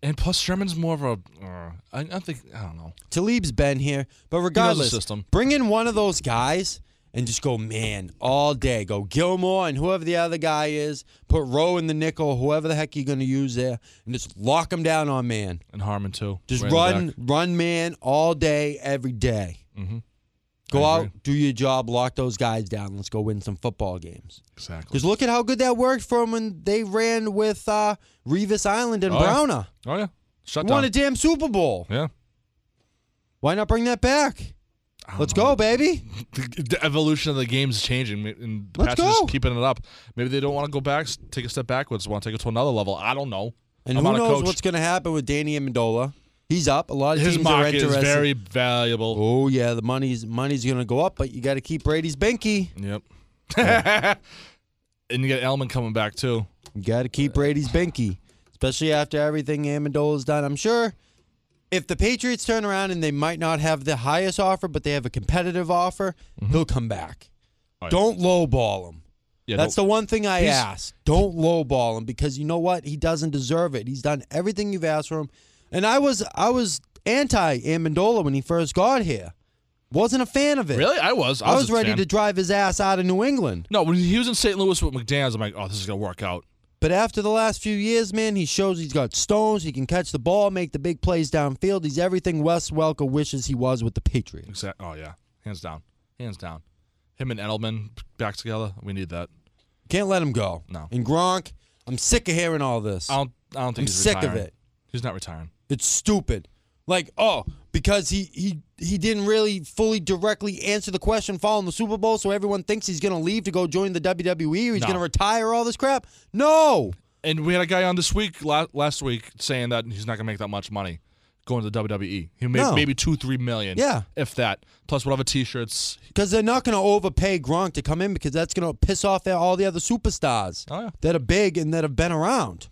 Speaker 2: And plus, Sherman's more of a. Uh, I, I think I don't know.
Speaker 1: Talib's been here, but regardless,
Speaker 2: system.
Speaker 1: bring in one of those guys and just go man all day. Go Gilmore and whoever the other guy is. Put Rowe in the nickel, whoever the heck you're going to use there, and just lock him down on man.
Speaker 2: And Harmon too.
Speaker 1: Just
Speaker 2: right in the
Speaker 1: run,
Speaker 2: back.
Speaker 1: run man all day, every day.
Speaker 2: Mhm.
Speaker 1: Go
Speaker 2: I
Speaker 1: out, do your job, lock those guys down. Let's go win some football games.
Speaker 2: Exactly.
Speaker 1: Because look at how good that worked for them when they ran with uh, Revis Island and
Speaker 2: Oh, yeah.
Speaker 1: Browner.
Speaker 2: Oh yeah. Shut
Speaker 1: They won
Speaker 2: down.
Speaker 1: a damn Super Bowl.
Speaker 2: yeah.
Speaker 1: Why not bring that back?
Speaker 2: I don't
Speaker 1: Let's
Speaker 2: know.
Speaker 1: go, baby.
Speaker 2: The, the evolution of the game's changing, and the
Speaker 1: Let's
Speaker 2: Pats are just
Speaker 1: go.
Speaker 2: keeping it up. Maybe they don't want to go back, s- take a step backwards, want to take it to another level. I don't know.
Speaker 1: And
Speaker 2: I'm
Speaker 1: who
Speaker 2: not a
Speaker 1: knows
Speaker 2: coach.
Speaker 1: what's going to happen with Danny Amendola? He's up. A lot of
Speaker 2: His
Speaker 1: teams are
Speaker 2: market
Speaker 1: interested.
Speaker 2: is very valuable.
Speaker 1: oh yeah, the money's money's going to go up, but you got to keep Brady's binky.
Speaker 2: Yep. and you get Elman coming back too.
Speaker 1: You got to keep Brady's binky, especially after everything Amendola's done. I'm sure if the Patriots turn around and they might not have the highest offer, but they have a competitive offer,
Speaker 2: Mm-hmm.
Speaker 1: he'll come back.
Speaker 2: Oh, yeah.
Speaker 1: Don't lowball him.
Speaker 2: Yeah,
Speaker 1: That's
Speaker 2: no-
Speaker 1: the one thing I
Speaker 2: He's-
Speaker 1: ask. Don't lowball him because you know what? He doesn't deserve it. He's done everything you've asked for him. And I was I was anti Amendola when he first got here. Wasn't a fan of it.
Speaker 2: really. I was. I,
Speaker 1: I was,
Speaker 2: a
Speaker 1: ready
Speaker 2: fan.
Speaker 1: to drive his ass out of New England.
Speaker 2: No, when he was in St. Louis with McDaniel's, I'm like, oh, this is gonna work out.
Speaker 1: But after the last few years, man, he shows he's got stones. He can catch the ball, make the big plays downfield. He's everything Wes Welker wishes he was with the Patriots.
Speaker 2: Exactly. Oh yeah, hands down, hands down. Him and Edelman back together. We need that.
Speaker 1: Can't let him go.
Speaker 2: No.
Speaker 1: And Gronk, I'm sick of hearing all this.
Speaker 2: I don't. I don't
Speaker 1: I'm
Speaker 2: think he's
Speaker 1: sick of
Speaker 2: retiring.
Speaker 1: it.
Speaker 2: He's not retiring.
Speaker 1: It's stupid. Like, oh, because he he he didn't really fully directly answer the question following the Super Bowl, so everyone thinks he's gonna leave to go join the WWE. Or he's
Speaker 2: No.
Speaker 1: gonna retire. All this crap. No,
Speaker 2: And we had a guy on this week la- last week saying that he's not gonna make that much money going to the WWE. He made
Speaker 1: No.
Speaker 2: maybe two, three million.
Speaker 1: Yeah.
Speaker 2: if that. Plus whatever T-shirts.
Speaker 1: because they're not gonna overpay Gronk to come in because that's gonna piss off all the other superstars
Speaker 2: Oh yeah.
Speaker 1: that are big and that have been around.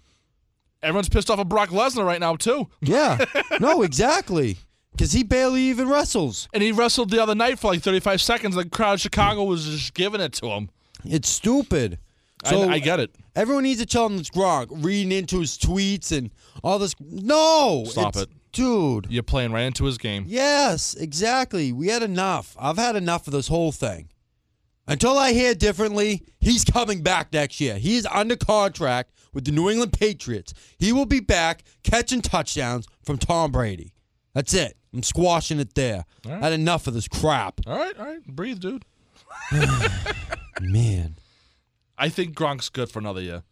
Speaker 2: Everyone's pissed off at Brock Lesnar right now too.
Speaker 1: Yeah. no, exactly. Because he barely even wrestles.
Speaker 2: And he wrestled the other night for like 35 seconds. The crowd in Chicago was just giving it to him.
Speaker 1: It's stupid. So
Speaker 2: I, I get it.
Speaker 1: Everyone needs to tell him it's Gronk reading into his tweets and all this. No,
Speaker 2: Stop
Speaker 1: it's-
Speaker 2: it.
Speaker 1: dude.
Speaker 2: You're playing right into his game.
Speaker 1: Yes, exactly. We had enough. I've had enough of this whole thing. Until I hear differently, he's coming back next year. He is under contract with the New England Patriots. He will be back catching touchdowns from Tom Brady. That's it. I'm squashing it there.
Speaker 2: All right.
Speaker 1: Had enough of this crap.
Speaker 2: All right, all right. Breathe, dude.
Speaker 1: Man.
Speaker 2: I think Gronk's good for another year.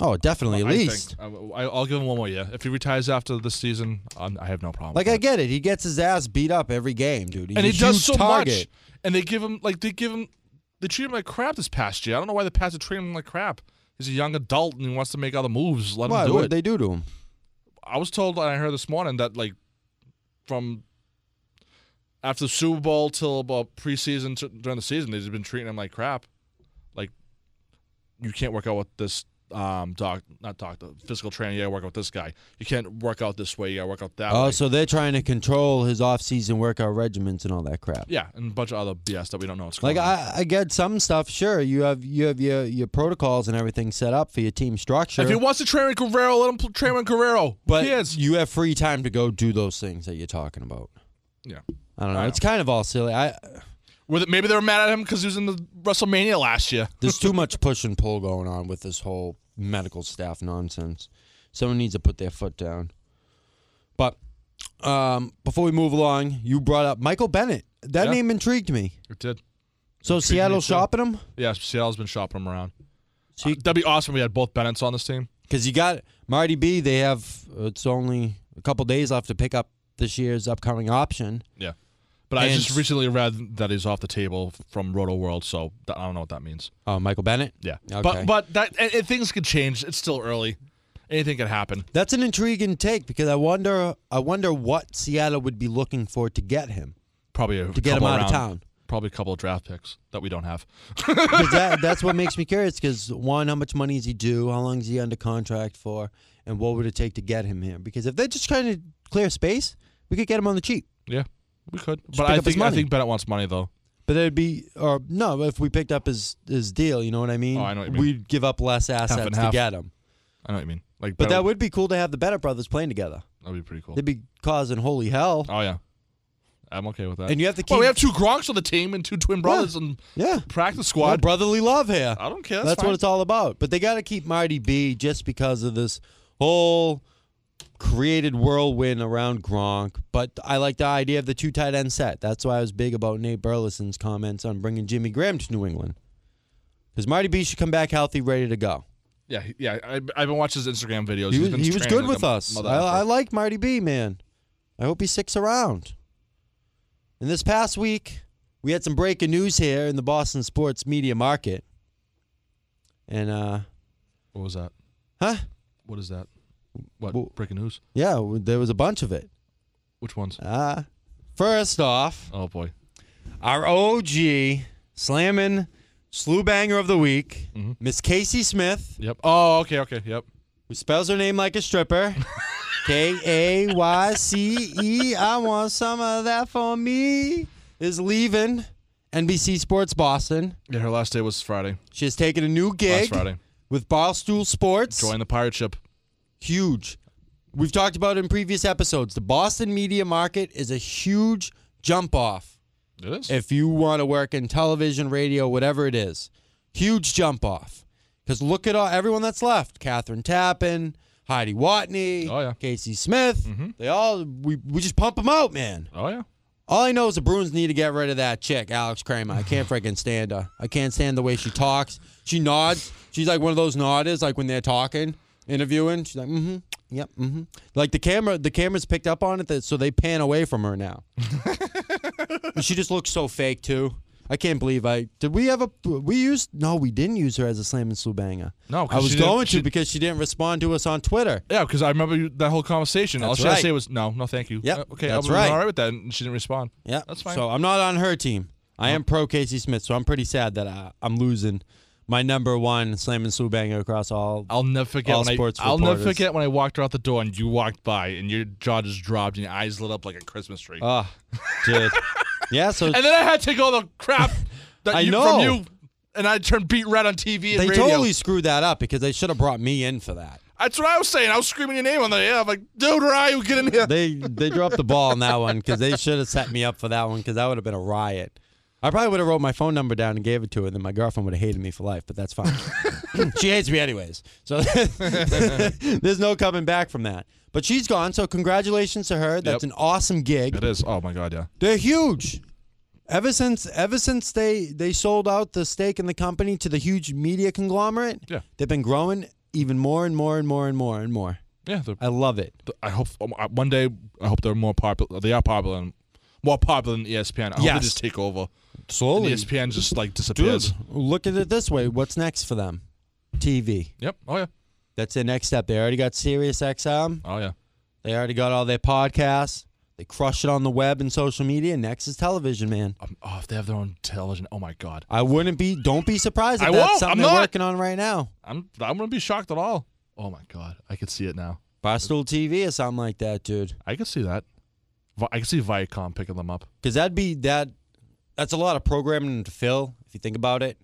Speaker 1: Oh, definitely, at
Speaker 2: I
Speaker 1: least.
Speaker 2: Think, I, I'll give him one more year. If he retires after this season, um, I have no problem.
Speaker 1: Like,
Speaker 2: with
Speaker 1: I
Speaker 2: it.
Speaker 1: get it. He gets his ass beat up every game, dude. He's
Speaker 2: and
Speaker 1: a
Speaker 2: he does
Speaker 1: huge
Speaker 2: so
Speaker 1: target.
Speaker 2: much. And they give him like they give him they treat him like crap this past year. I don't know why the Pats are treating him like crap. He's a young adult and he wants to make other moves. Let
Speaker 1: Why?
Speaker 2: him do
Speaker 1: What
Speaker 2: it.
Speaker 1: did they do to him?
Speaker 2: I was told I heard this morning that like from after the Super Bowl till about preseason to, during the season they've been treating him like crap. Like you can't work out with this um doc not doctor physical trainer, you gotta work out with this guy. You can't work out this way, you gotta work out that
Speaker 1: Oh,
Speaker 2: way.
Speaker 1: so they're trying to control his off-season workout regimens and all that crap.
Speaker 2: yeah, and a bunch of other BS that we don't know what's going
Speaker 1: Like
Speaker 2: on.
Speaker 1: I, I get some stuff. Sure, you have you have your your protocols and everything set up for your team structure.
Speaker 2: If he wants to train with Guerrero, let him pl- train with Guerrero.
Speaker 1: but
Speaker 2: he is.
Speaker 1: you have free time to go do those things that you're talking about.
Speaker 2: Yeah.
Speaker 1: I don't know.
Speaker 2: I
Speaker 1: It's kind of all silly. I
Speaker 2: Were they, maybe they were mad at him because he was in the WrestleMania last year.
Speaker 1: there's too much push and pull going on with this whole medical staff nonsense. Someone needs to put their foot down. But um, before we move along, you brought up Michael Bennett. That
Speaker 2: Yeah.
Speaker 1: name intrigued me.
Speaker 2: It did.
Speaker 1: So
Speaker 2: Intrigued me
Speaker 1: Seattle
Speaker 2: too.
Speaker 1: shopping him
Speaker 2: Yeah, Seattle's been shopping him around. Uh,
Speaker 1: So you-
Speaker 2: That'd be awesome. if We had both Bennett's on this team.
Speaker 1: because you got Marty B. They have it's only a couple days left to pick up this year's upcoming option.
Speaker 2: But I
Speaker 1: And-
Speaker 2: just recently read that he's off the table from Roto World, so th- I don't know what that means.
Speaker 1: Oh, Michael Bennett.
Speaker 2: Yeah,
Speaker 1: Okay.
Speaker 2: but but that and, and things could change. It's still early. Anything could happen.
Speaker 1: That's an intriguing take because I wonder I wonder what Seattle would be looking for to get him
Speaker 2: Probably a
Speaker 1: to get him
Speaker 2: couple
Speaker 1: out of
Speaker 2: round-
Speaker 1: town.
Speaker 2: Probably a couple of draft picks that we don't have.
Speaker 1: 'Cause that, that's what makes me curious. Because one, how much money is he due? How long is he under contract for? And what would it take to get him here? Because if they just kind of clear space, we could get him on the cheap.
Speaker 2: Yeah, we could.
Speaker 1: Just
Speaker 2: but
Speaker 1: pick
Speaker 2: I
Speaker 1: up his
Speaker 2: think I
Speaker 1: money.
Speaker 2: think Bennett wants money though.
Speaker 1: But it'd be or no, if we picked up his his deal, you know what I mean?
Speaker 2: Oh, I know what you mean.
Speaker 1: We'd give up less assets
Speaker 2: and
Speaker 1: to
Speaker 2: half.
Speaker 1: get him.
Speaker 2: I know what you mean. Like,
Speaker 1: But that
Speaker 2: Bennett-
Speaker 1: would be cool to have the Better Brothers playing together.
Speaker 2: that'd be pretty cool.
Speaker 1: They'd be causing holy hell.
Speaker 2: Oh yeah, I'm okay with that.
Speaker 1: And you have to keep
Speaker 2: well, we have two Gronks on the team and two twin brothers and
Speaker 1: yeah,
Speaker 2: practice
Speaker 1: well,
Speaker 2: squad.
Speaker 1: brotherly love here.
Speaker 2: I don't care. Uh, That's,
Speaker 1: That's,
Speaker 2: fine.
Speaker 1: what it's all about. But they got to keep Marty B just because of this whole created whirlwind around Gronk. But I like the idea of the two tight end set. That's why I was big about Nate Burleson's comments on bringing Jimmy Graham to New England. Because Marty B should come back healthy, ready to go.
Speaker 2: yeah, he- yeah. I, I've been watching his Instagram videos.
Speaker 1: He
Speaker 2: He's
Speaker 1: was,
Speaker 2: been
Speaker 1: he was
Speaker 2: training
Speaker 1: good
Speaker 2: like
Speaker 1: with
Speaker 2: a
Speaker 1: us. I,
Speaker 2: mother
Speaker 1: I
Speaker 2: effer.
Speaker 1: like Marty B, man. I hope he sticks around. And this past week, we had some breaking news here in the Boston sports media market. And, uh,
Speaker 2: what was that?
Speaker 1: huh?
Speaker 2: What is that? What
Speaker 1: Well-
Speaker 2: breaking news?
Speaker 1: Yeah, w- there was a bunch of it.
Speaker 2: Which ones?
Speaker 1: Uh, first off,
Speaker 2: Oh boy.
Speaker 1: our OG slamming slew banger of the week,
Speaker 2: Mm-hmm.
Speaker 1: Miss Casey Smith,
Speaker 2: Yep. Oh, okay, okay. Yep.
Speaker 1: who spells her name like a stripper. K A Y C E. I want some of that for me. Is leaving NBC Sports Boston.
Speaker 2: Yeah, her last day was Friday.
Speaker 1: She has taken a new
Speaker 2: Last
Speaker 1: gig
Speaker 2: Friday.
Speaker 1: with Barstool Sports.
Speaker 2: Joined the pirate ship.
Speaker 1: huge. We've talked about it in previous episodes. The Boston media market is a huge jump off.
Speaker 2: It is.
Speaker 1: if you want to work in television, radio, whatever it is, huge jump off. Because look at all everyone that's left: Catherine Tappan, Heidi Watney,
Speaker 2: Oh, yeah. Mm-hmm.
Speaker 1: Casey Smith. They all we we just pump them out, man.
Speaker 2: oh yeah.
Speaker 1: All I know is the Bruins need to get rid of that chick, Alex Kramer. I can't freaking stand her. I can't stand the way she talks. She nods. She's like one of those nodders, like when they're talking, interviewing. She's like, mm-hmm, yep, mm-hmm. Like the camera, the camera's picked up on it, that, so they pan away from her now. And she just looks so fake too. I can't believe I did. We have a we used no, we didn't use her as a slam and slew banger.
Speaker 2: No, 'cause
Speaker 1: I was
Speaker 2: she didn't-
Speaker 1: going to
Speaker 2: she-
Speaker 1: because she didn't respond to us on Twitter.
Speaker 2: Yeah, because I remember you- that whole conversation. all
Speaker 1: That's
Speaker 2: she had
Speaker 1: right.
Speaker 2: to say was no, no, thank you.
Speaker 1: Yep,
Speaker 2: Uh, Okay,
Speaker 1: that's
Speaker 2: I was
Speaker 1: right.
Speaker 2: all right with that, and she didn't respond.
Speaker 1: Yeah,
Speaker 2: That's fine.
Speaker 1: So I'm not on her team. I am pro Casey Smith, so I'm pretty sad that I, I'm losing my number one slam and slew banger across all.
Speaker 2: I'll never forget
Speaker 1: All
Speaker 2: when
Speaker 1: sports
Speaker 2: I, I'll never
Speaker 1: reporters.
Speaker 2: forget when I walked her out the door and you walked by and your jaw just dropped and your eyes lit up like a Christmas tree.
Speaker 1: Ah, dude. yeah. So
Speaker 2: and then I had to take all the crap that
Speaker 1: I
Speaker 2: you
Speaker 1: know.
Speaker 2: from you and I turned beat red on TV and
Speaker 1: they
Speaker 2: radio.
Speaker 1: totally screwed that up because they should have brought me in for that.
Speaker 2: That's what I was saying. I was screaming your name on the air. I'm like, dude, Ryu, get in here.
Speaker 1: They they dropped the ball on that one because they should have set me up for that one because that would have been a riot. I probably would have wrote my phone number down and gave it to her, then my girlfriend would have hated me for life. But that's fine. she hates me anyways, so there's no coming back from that. But she's gone, so congratulations to her. That's an
Speaker 2: Yep.
Speaker 1: awesome gig.
Speaker 2: It is. Oh my god, yeah.
Speaker 1: They're huge. Ever since ever since they they sold out the stake in the company to the huge media conglomerate,
Speaker 2: Yeah.
Speaker 1: they've been growing even more and more and more and more and more.
Speaker 2: Yeah, they're-
Speaker 1: I love it.
Speaker 2: th- I hope um, I- one day I hope they're more popular. They are popular, and more popular than E ESPN. I hope
Speaker 1: Yes.
Speaker 2: they just take over. And E
Speaker 1: Slowly,
Speaker 2: ESPN just like
Speaker 1: dude.
Speaker 2: disappears.
Speaker 1: Look at it this way: What's next for them? TV.
Speaker 2: Yep. Oh yeah.
Speaker 1: That's their next step. They already got Sirius XM.
Speaker 2: Oh yeah.
Speaker 1: They already got all their podcasts. They crush it on the web and social media. Next is television, man.
Speaker 2: Um, oh, if they have their own television. Oh my god.
Speaker 1: I wouldn't be. Don't be surprised if
Speaker 2: I
Speaker 1: that's
Speaker 2: won't.
Speaker 1: something
Speaker 2: I'm
Speaker 1: they're
Speaker 2: not.
Speaker 1: working on right now.
Speaker 2: I'm I'm gonna be shocked at all. Oh my god. I could see it now.
Speaker 1: Barstool TV or something like that, dude.
Speaker 2: I could see that. Vi- I could see Viacom picking them up.
Speaker 1: Because that'd be that. That's a lot of programming to fill if you think about it.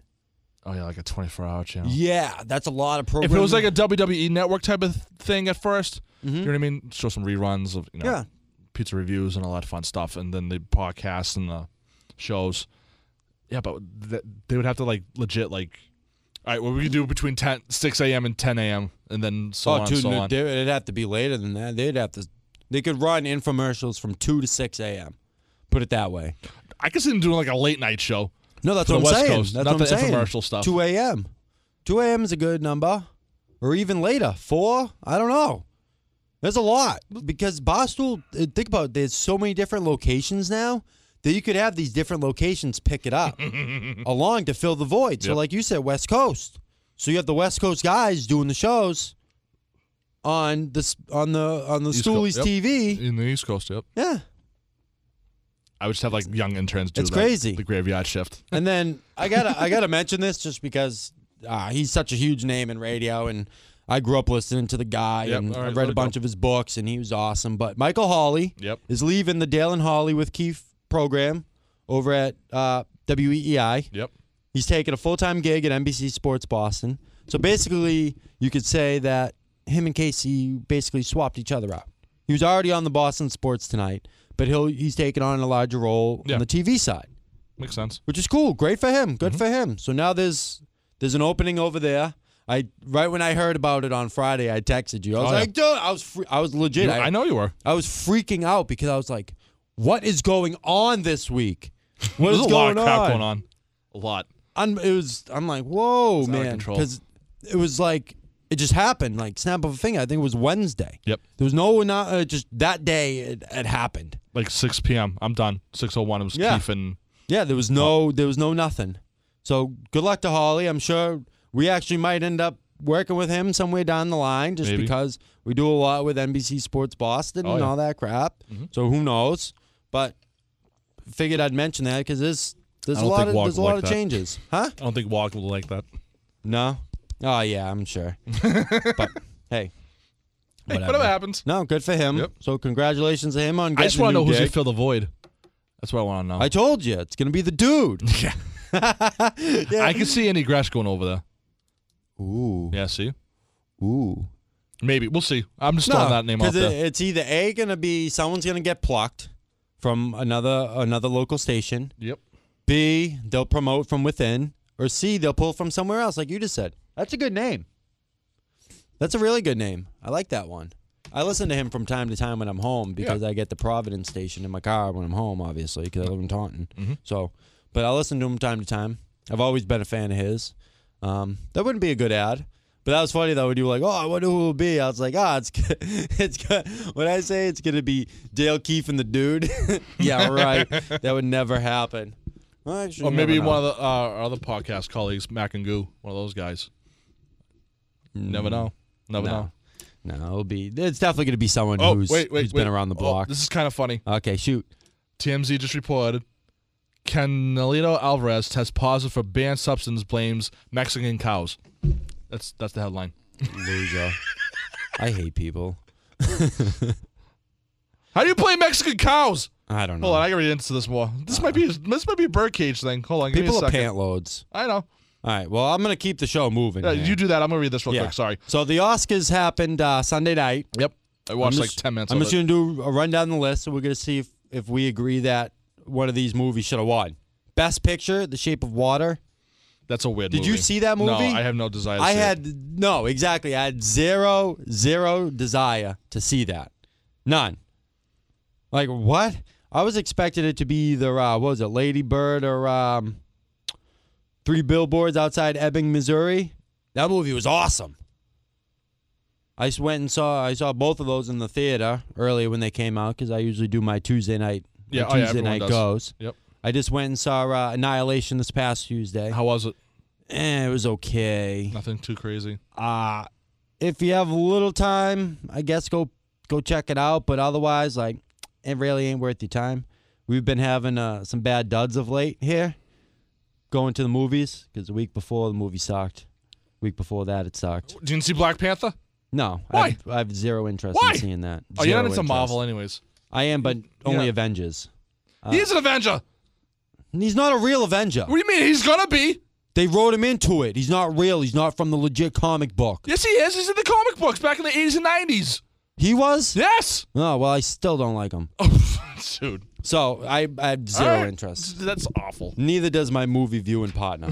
Speaker 2: Oh yeah, like a 24 hour channel.
Speaker 1: Yeah, that's a lot of
Speaker 2: If
Speaker 1: programming.
Speaker 2: it was like a WWE network type of th- thing at 1st you know what I mean? Show some reruns of you
Speaker 1: Mm-hmm.
Speaker 2: know
Speaker 1: yeah,
Speaker 2: pizza reviews and all that fun stuff, and then the podcasts and the shows. Yeah, but th- they would have to like legit like, all right, what we can do between 10, 6 a.m. and 10 a.m. and then so
Speaker 1: oh,
Speaker 2: on,
Speaker 1: dude,
Speaker 2: so
Speaker 1: no,
Speaker 2: on.
Speaker 1: they- it'd have to be later than that. They'd have to. They could run infomercials from two to six a.m. Put it that way.
Speaker 2: I could see them doing like a late night show.
Speaker 1: No, that's
Speaker 2: For
Speaker 1: what
Speaker 2: the
Speaker 1: I'm
Speaker 2: West
Speaker 1: saying.
Speaker 2: Coast,
Speaker 1: that's
Speaker 2: not
Speaker 1: what
Speaker 2: the
Speaker 1: I'm saying.
Speaker 2: infomercial stuff.
Speaker 1: Two a.m. Two a.m. is a good number, or even later. Four. I don't know. uh, There's a lot because Boston. Think about. It, there's so many different locations now that you could have these different locations pick it up along to fill the void. So,
Speaker 2: Yep.
Speaker 1: like you said, West Coast. So you have the West Coast guys doing the shows on this on the on the
Speaker 2: East
Speaker 1: Stoolies
Speaker 2: Coast, yep.
Speaker 1: TV.
Speaker 2: in the East Coast. Yep.
Speaker 1: Yeah,
Speaker 2: I would just have like young interns do
Speaker 1: It's
Speaker 2: that,
Speaker 1: crazy.
Speaker 2: the graveyard shift.
Speaker 1: and then I gotta I gotta mention this just because uh, he's such a huge name in radio, and I grew up listening to the guy,
Speaker 2: Yep,
Speaker 1: and
Speaker 2: all
Speaker 1: I
Speaker 2: right,
Speaker 1: read
Speaker 2: let
Speaker 1: a
Speaker 2: it go.
Speaker 1: bunch of his books, and he was awesome. But Michael Hawley
Speaker 2: Yep.
Speaker 1: is leaving the Dale and Hawley with Keith program over at uh, WEEI.
Speaker 2: Yep.
Speaker 1: He's taking a full time gig at NBC Sports Boston. So basically, you could say that him and Casey basically swapped each other out. He was already on the Boston Sports tonight, but he'll he's taking on a larger role
Speaker 2: Yeah.
Speaker 1: on the TV side,
Speaker 2: Makes sense.
Speaker 1: which is cool. Great for him.
Speaker 2: Mm-hmm.
Speaker 1: Good for him. So now there's there's an opening over there. I right when I heard about it on Friday, I texted you. I was
Speaker 2: Oh, yeah.
Speaker 1: like, dude, I was fre- I was legit.
Speaker 2: You-
Speaker 1: I,
Speaker 2: I know you were.
Speaker 1: I was freaking out because I was like, what is going on this week? What
Speaker 2: There's
Speaker 1: is
Speaker 2: a lot of crap going on. A lot.
Speaker 1: I'm, it was. I'm like, whoa,
Speaker 2: out of
Speaker 1: man,
Speaker 2: control.
Speaker 1: because it was like it just happened, like snap of a finger. I think it was Wednesday.
Speaker 2: Yep.
Speaker 1: There was no not uh, just that day it, it happened.
Speaker 2: Like 6 p.m. I'm done. 6:01. It was
Speaker 1: Yeah.
Speaker 2: Keith and
Speaker 1: Yeah, there was no there was no nothing. So good luck to Holly. I'm sure we actually might end up working with him somewhere down the line, just
Speaker 2: Maybe.
Speaker 1: because we do a lot with NBC Sports Boston
Speaker 2: Oh,
Speaker 1: and
Speaker 2: yeah. Mm-hmm.
Speaker 1: all that crap. So who knows? But figured I'd mention that because there's there's
Speaker 2: I
Speaker 1: a
Speaker 2: don't
Speaker 1: lot
Speaker 2: think
Speaker 1: of
Speaker 2: Wog
Speaker 1: there's a
Speaker 2: will
Speaker 1: lot
Speaker 2: like
Speaker 1: of
Speaker 2: that.
Speaker 1: changes, huh?
Speaker 2: I don't think Wog will like that.
Speaker 1: No. Oh yeah, I'm sure. but hey,
Speaker 2: Hey,
Speaker 1: Whatever.
Speaker 2: whatever. happens.
Speaker 1: no, good for him.
Speaker 2: Yep.
Speaker 1: So congratulations to him on.
Speaker 2: I
Speaker 1: Getting
Speaker 2: just want to know who's
Speaker 1: going
Speaker 2: gonna fill the void. That's what I want to know.
Speaker 1: I told you, it's gonna be the dude.
Speaker 2: yeah.
Speaker 1: yeah.
Speaker 2: I can see Andy Gresh going over there.
Speaker 1: Ooh.
Speaker 2: Yeah. See.
Speaker 1: Ooh.
Speaker 2: Maybe we'll see. I'm just throwing that name out
Speaker 1: because
Speaker 2: there.
Speaker 1: it's either a gonna be someone's gonna get plucked from another another local station.
Speaker 2: yep.
Speaker 1: B they'll promote from within, or C they'll pull from somewhere else, like you just said. That's a good name. That's a really good name. I like that one. I listen to him from time to time when I'm home because I get the Providence station in my car when I'm home, obviously, because I live in Taunton.
Speaker 2: Mm-hmm.
Speaker 1: So, but I listen to him time to time. I've always been a fan of his. Um, that wouldn't be a good ad, but that was funny though. When you were like, "Oh, I wonder who it will be," I was like, "Ah, it's g- it's g- when I say it's gonna be Dale Keefe and the dude." yeah, right. that would never happen. Well, actually,
Speaker 2: Or
Speaker 1: you
Speaker 2: maybe
Speaker 1: never know.
Speaker 2: one of the, uh, our other podcast colleagues, Mac and Goo, one of those guys. Never know. Never
Speaker 1: No.
Speaker 2: know.
Speaker 1: Mm, No, it'll be. It's definitely gonna be someone
Speaker 2: Oh,
Speaker 1: who's
Speaker 2: wait, wait,
Speaker 1: who's
Speaker 2: wait.
Speaker 1: been around the
Speaker 2: Oh,
Speaker 1: block.
Speaker 2: this is kind of funny.
Speaker 1: okay, shoot.
Speaker 2: TMZ just reported Canelito Alvarez tests positive for banned substance, blames Mexican cows. That's that's the headline.
Speaker 1: Loser. I hate people.
Speaker 2: How do you play Mexican cows?
Speaker 1: I don't know.
Speaker 2: Hold on, I gotta read into this more. This might be this might be a birdcage thing. Hold on, give me
Speaker 1: people
Speaker 2: a
Speaker 1: are
Speaker 2: second.
Speaker 1: pant loads.
Speaker 2: I know.
Speaker 1: All right. Well, I'm gonna keep the show moving.
Speaker 2: Yeah,
Speaker 1: here.
Speaker 2: you do that. I'm gonna read this real
Speaker 1: Yeah.
Speaker 2: quick. Sorry.
Speaker 1: So the Oscars happened uh, Sunday night.
Speaker 2: Yep. I watched
Speaker 1: I'm
Speaker 2: like
Speaker 1: just-
Speaker 2: ten minutes.
Speaker 1: I'm
Speaker 2: of
Speaker 1: just
Speaker 2: it.
Speaker 1: gonna do a run down the list, so we're gonna see if, if we agree that one of these movies should have won. Best Picture, The Shape of Water.
Speaker 2: That's a weird.
Speaker 1: Did you
Speaker 2: movie.
Speaker 1: see that
Speaker 2: No,
Speaker 1: movie?
Speaker 2: I have no desire. To
Speaker 1: I
Speaker 2: see it.
Speaker 1: had no exactly. I had zero zero desire to see that, none. Like what? I was expecting it to be either uh, what was it, Lady Bird or um, Three Billboards Outside Ebbing, Missouri. That movie was awesome. I just went and saw I saw both of those in the theater earlier when they came out because I usually do my Tuesday night my
Speaker 2: Yeah, oh, yeah,
Speaker 1: Tuesday
Speaker 2: everyone
Speaker 1: night
Speaker 2: does.
Speaker 1: goes.
Speaker 2: Yep.
Speaker 1: I just went and saw uh, Annihilation this past Tuesday.
Speaker 2: How was it?
Speaker 1: Eh, it was okay.
Speaker 2: Nothing too crazy.
Speaker 1: Uh if you have a little time, I guess go go check it out. But otherwise, like, it really ain't worth your time. We've been having uh, some bad duds of late here, going to the movies because the week before the movie sucked. Week before that, it sucked.
Speaker 2: Didn't see Black Panther.
Speaker 1: No, I
Speaker 2: Why?
Speaker 1: have, I have zero interest
Speaker 2: Why?
Speaker 1: in seeing that.
Speaker 2: Oh, you're
Speaker 1: Zero
Speaker 2: not into
Speaker 1: interest.
Speaker 2: Marvel, anyways.
Speaker 1: I am, but only
Speaker 2: Yeah.
Speaker 1: Avengers. Uh.
Speaker 2: He's an Avenger.
Speaker 1: And He's not a real Avenger.
Speaker 2: What do you mean? He's gonna be.
Speaker 1: They wrote him into it. He's not real. He's not from the legit comic book.
Speaker 2: Yes, he is. He's in the comic books back in the 80s and 90s.
Speaker 1: He was?
Speaker 2: Yes.
Speaker 1: No, well, I still don't like him.
Speaker 2: Oh, dude.
Speaker 1: So I, I have zero
Speaker 2: All right.
Speaker 1: interest.
Speaker 2: That's awful.
Speaker 1: Neither does my movie viewing partner.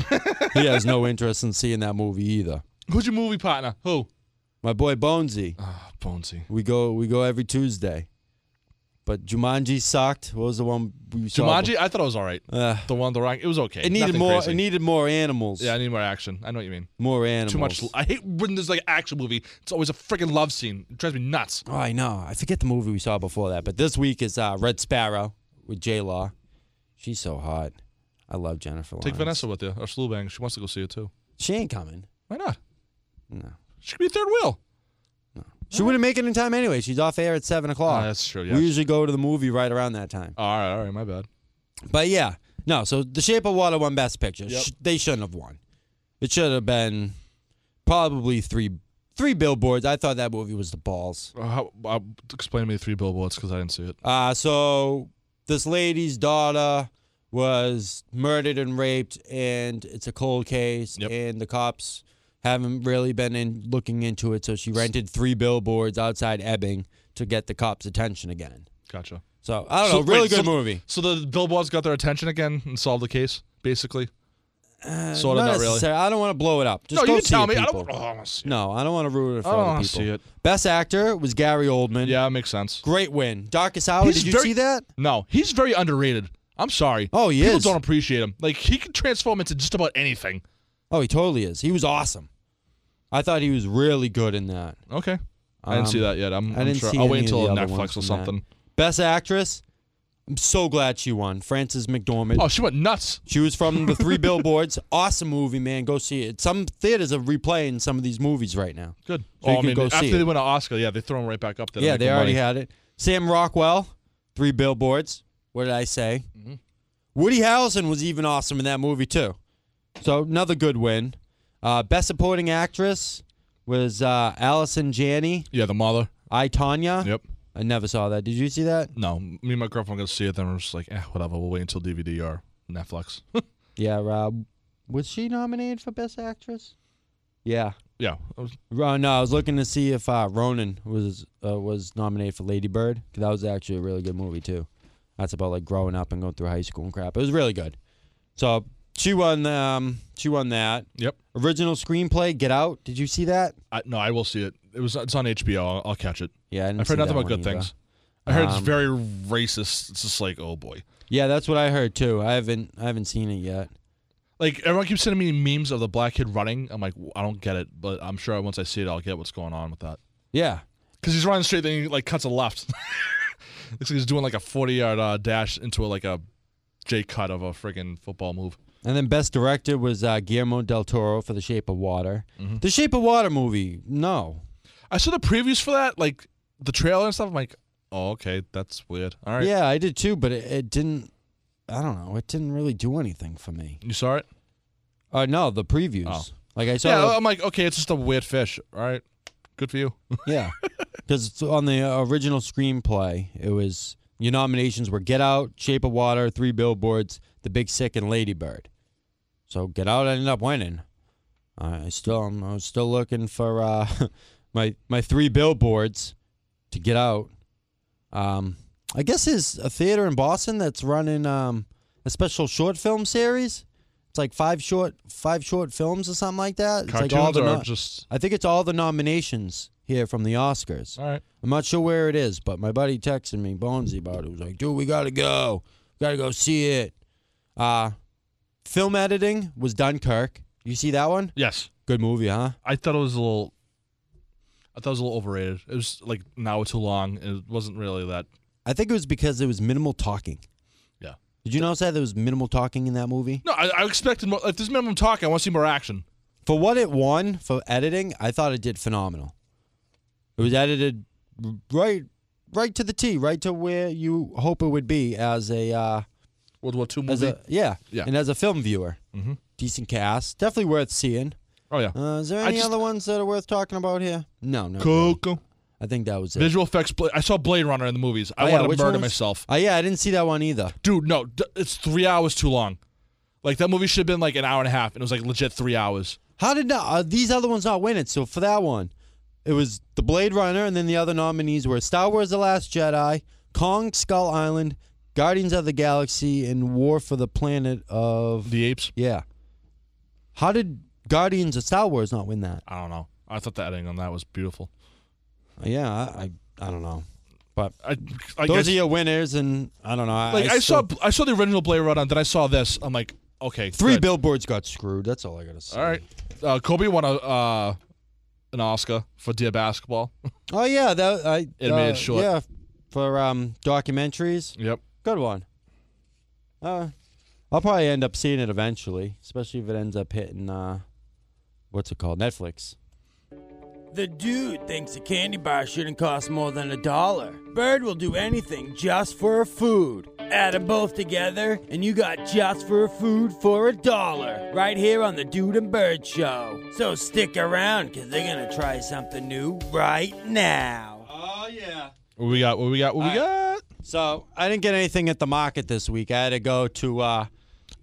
Speaker 1: he has no interest in seeing that movie either.
Speaker 2: Who's your movie partner? Who?
Speaker 1: My boy Bonesy,
Speaker 2: Ah, Bonesy.
Speaker 1: we go we go every Tuesday. But Jumanji sucked. What was the one we saw?
Speaker 2: Jumanji? I thought it was all right.
Speaker 1: Uh,
Speaker 2: The one, the wrong. It was okay.
Speaker 1: it needed
Speaker 2: Nothing
Speaker 1: more.
Speaker 2: crazy.
Speaker 1: It needed more animals.
Speaker 2: yeah, I need more action. I know what you mean.
Speaker 1: more animals.
Speaker 2: Too much. I hate when there's like an action movie. It's always a freaking love scene. It drives me nuts.
Speaker 1: Oh, I know. I forget the movie we saw before that. But this week is uh, Red Sparrow with J Law. She's so hot. I love Jennifer Lawrence.
Speaker 2: Take Vanessa with you, or Slewbang. She wants to go see it too.
Speaker 1: She ain't coming.
Speaker 2: Why not?
Speaker 1: No.
Speaker 2: She could be third wheel.
Speaker 1: She wouldn't make it in time anyway. She's off air at seven
Speaker 2: Ah,
Speaker 1: o'clock.
Speaker 2: that's true. Yeah.
Speaker 1: We usually go to the movie right around that time.
Speaker 2: all right, all right. My bad.
Speaker 1: But yeah, no. So The Shape of Water won Best Picture.
Speaker 2: Yep.
Speaker 1: Sh- they shouldn't have won. It should have been probably three three billboards. I thought that movie was the balls.
Speaker 2: Uh, how, uh, explain to me the three billboards because I didn't see it.
Speaker 1: Uh, so this lady's daughter was murdered and raped, and it's a cold case,
Speaker 2: Yep.
Speaker 1: and the cops haven't really been in looking into it. So she rented three billboards outside Ebbing to get the cops' attention again.
Speaker 2: Gotcha.
Speaker 1: So I don't
Speaker 2: So-
Speaker 1: know. Really
Speaker 2: wait,
Speaker 1: good
Speaker 2: so-
Speaker 1: movie.
Speaker 2: So the billboards got their attention again and solved the case, basically.
Speaker 1: Uh,
Speaker 2: Sorta, not really.
Speaker 1: necessarily. I don't want to blow it up. Just
Speaker 2: no,
Speaker 1: go
Speaker 2: you
Speaker 1: see
Speaker 2: tell
Speaker 1: it,
Speaker 2: me. I
Speaker 1: people.
Speaker 2: don't. Oh, I want to see it.
Speaker 1: No, I don't want to ruin it for
Speaker 2: I don't
Speaker 1: other
Speaker 2: want
Speaker 1: people.
Speaker 2: to see it.
Speaker 1: Best actor was Gary Oldman.
Speaker 2: Oh, Yeah, it makes sense.
Speaker 1: Great win. Darkest Hour.
Speaker 2: He's
Speaker 1: Did you
Speaker 2: very-
Speaker 1: see that?
Speaker 2: No, he's very underrated. I'm sorry.
Speaker 1: Oh, he
Speaker 2: People
Speaker 1: is.
Speaker 2: don't appreciate him. Like he can transform into just about anything.
Speaker 1: Oh, he totally is. He was awesome. I thought he was really good in that.
Speaker 2: Okay. I didn't
Speaker 1: Um,
Speaker 2: see that yet. I'm,
Speaker 1: I
Speaker 2: I'm
Speaker 1: didn't
Speaker 2: sure.
Speaker 1: see
Speaker 2: I'll
Speaker 1: any
Speaker 2: wait
Speaker 1: of
Speaker 2: until
Speaker 1: the other ones
Speaker 2: Netflix or
Speaker 1: from
Speaker 2: something.
Speaker 1: Best actress. I'm so glad she won. Frances McDormand.
Speaker 2: Oh, she went nuts.
Speaker 1: She was from The Three Billboards. Awesome movie, man. Go see it. Some theaters are replaying some of these movies right now.
Speaker 2: Good. Oh,
Speaker 1: So you
Speaker 2: I
Speaker 1: can
Speaker 2: mean,
Speaker 1: go see
Speaker 2: after they
Speaker 1: it.
Speaker 2: win an Oscar, yeah, they throw him right back up there. to
Speaker 1: yeah,
Speaker 2: make
Speaker 1: they
Speaker 2: the
Speaker 1: already
Speaker 2: money.
Speaker 1: had it. Sam Rockwell, Three Billboards. What did I say?
Speaker 2: Mhm.
Speaker 1: Woody Harrelson was even awesome in that movie too. So another good win. Uh, best supporting actress was uh, Allison Janney.
Speaker 2: Yeah, the mother.
Speaker 1: I Tanya.
Speaker 2: Yep.
Speaker 1: I never saw that. Did you see that?
Speaker 2: No, me and my girlfriend going to see it. Then we're just like, eh, whatever. We'll wait until DVD or Netflix.
Speaker 1: Yeah, Rob. Was she nominated for best actress? Yeah.
Speaker 2: yeah. it was-
Speaker 1: Ro- No, I was looking to see if uh, Ronan was uh, was nominated for Lady Bird 'cause that was actually a really good movie too. That's about like growing up and going through high school and crap. It was really good. So she won. Um, she won that
Speaker 2: Yep.
Speaker 1: original screenplay. Get Out. Did you see that?
Speaker 2: I, no, I will see it. It was. It's on HBO. I'll, I'll catch it.
Speaker 1: Yeah, I didn't
Speaker 2: I've
Speaker 1: see
Speaker 2: heard nothing
Speaker 1: that
Speaker 2: but
Speaker 1: one
Speaker 2: good
Speaker 1: either.
Speaker 2: things. I heard it's
Speaker 1: Um,
Speaker 2: very racist. It's just like, oh boy.
Speaker 1: Yeah, that's what I heard too. I haven't I haven't seen it yet.
Speaker 2: Like everyone keeps sending me memes of the black kid running. I'm like, I don't get it, but I'm sure once I see it, I'll get what's going on with that.
Speaker 1: Yeah,
Speaker 2: Because he's running straight, then he like cuts a left. Looks like he's doing like a 40 yard uh, dash into a, like a J cut of a friggin' football move.
Speaker 1: and then best director was uh, Guillermo del Toro for The Shape of Water.
Speaker 2: Mm-hmm.
Speaker 1: The Shape of Water movie. No.
Speaker 2: I saw the previews for that, like the trailer and stuff. I'm like, oh okay, that's weird. All right,
Speaker 1: Yeah, I did too, but it, it didn't. I don't know. It didn't really do anything for me.
Speaker 2: you saw it?
Speaker 1: Uh, no, the previews.
Speaker 2: Oh.
Speaker 1: Like I
Speaker 2: yeah,
Speaker 1: saw,
Speaker 2: I'm like, okay, it's just a weird fish. All right, good for you.
Speaker 1: yeah, because on the original screenplay, it was your nominations were Get Out, Shape of Water, Three Billboards, The Big Sick, and Lady Bird. So Get Out ended up winning. I still, I'm, I was still looking for uh, my my three billboards to get out. Um, I guess there's a theater in Boston that's running um, a special short film series. It's like five short five short films or something like that. It's
Speaker 2: Cartoons
Speaker 1: like all the
Speaker 2: are
Speaker 1: no-
Speaker 2: just
Speaker 1: I think it's all the nominations here from the Oscars.
Speaker 2: all right.
Speaker 1: I'm not sure where it is, but my buddy texted me, Bonesy, about it. He was like, dude, we gotta go. Gotta go see it. Uh film editing was Dunkirk. You see that one?
Speaker 2: Yes,
Speaker 1: Good movie, huh?
Speaker 2: I thought it was a little. I thought it was a little overrated. It was like an hour too long, and it wasn't really that.
Speaker 1: I think it was because there was minimal talking.
Speaker 2: Yeah.
Speaker 1: Did you notice that there was minimal talking in that movie?
Speaker 2: No, I, I expected more. If there's minimum talking, I want to see more action.
Speaker 1: For what it won for editing, I thought it did phenomenal. It was edited r- right right to the T, right to where you hope it would be as a uh,
Speaker 2: World War Two
Speaker 1: as
Speaker 2: movie.
Speaker 1: a yeah,
Speaker 2: Yeah.
Speaker 1: and as a film viewer.
Speaker 2: Mhm.
Speaker 1: Decent cast, definitely worth seeing.
Speaker 2: oh yeah,
Speaker 1: Uh, is there
Speaker 2: I
Speaker 1: any
Speaker 2: just-
Speaker 1: other ones that are worth talking about here? No, no.
Speaker 2: Coco.
Speaker 1: I think that was it.
Speaker 2: Visual effects. Bla- I saw Blade Runner in the movies. I
Speaker 1: Oh, yeah,
Speaker 2: wanted
Speaker 1: which
Speaker 2: to
Speaker 1: one
Speaker 2: murder
Speaker 1: was-
Speaker 2: myself,
Speaker 1: Oh yeah, I didn't see that one either.
Speaker 2: dude. No, d- it's three hours too long. Like that movie should have been like an hour and a half, and it was like legit three hours.
Speaker 1: How did not, uh, these other ones not win it? So for that one, it was The Blade Runner, and then the other nominees were Star Wars: The Last Jedi, Kong Skull Island, Guardians of the Galaxy, and War for the Planet of
Speaker 2: The Apes.
Speaker 1: Yeah. How did Guardians of Star Wars not win that?
Speaker 2: I don't know. I thought the editing on that was beautiful.
Speaker 1: Uh, Yeah, I I, I don't know. But
Speaker 2: I, I
Speaker 1: those
Speaker 2: guess,
Speaker 1: are your winners, and I don't know. I,
Speaker 2: like I,
Speaker 1: still-
Speaker 2: saw I saw the original Blade Runner, then I saw this. I'm like, okay,
Speaker 1: three
Speaker 2: good.
Speaker 1: billboards got screwed. That's all I gotta say.
Speaker 2: All right, uh, Kobe won a uh, an Oscar for Dear Basketball.
Speaker 1: Oh yeah, that I
Speaker 2: Animated
Speaker 1: uh,
Speaker 2: short.
Speaker 1: Yeah, for um documentaries.
Speaker 2: Yep.
Speaker 1: Good one. Uh, I'll probably end up seeing it eventually, especially if it ends up hitting uh, what's it called, Netflix.
Speaker 3: The dude thinks a candy bar shouldn't cost more than a dollar. Bird will do anything just for her food. Add them both together, and you got just for her food for a dollar. Right here on the Dude and Bird Show. So stick around, because they're going to try something new right now.
Speaker 1: Oh yeah.
Speaker 2: What we got? What we got? What we got?
Speaker 1: So I didn't get anything at the market this week. I had to go to uh,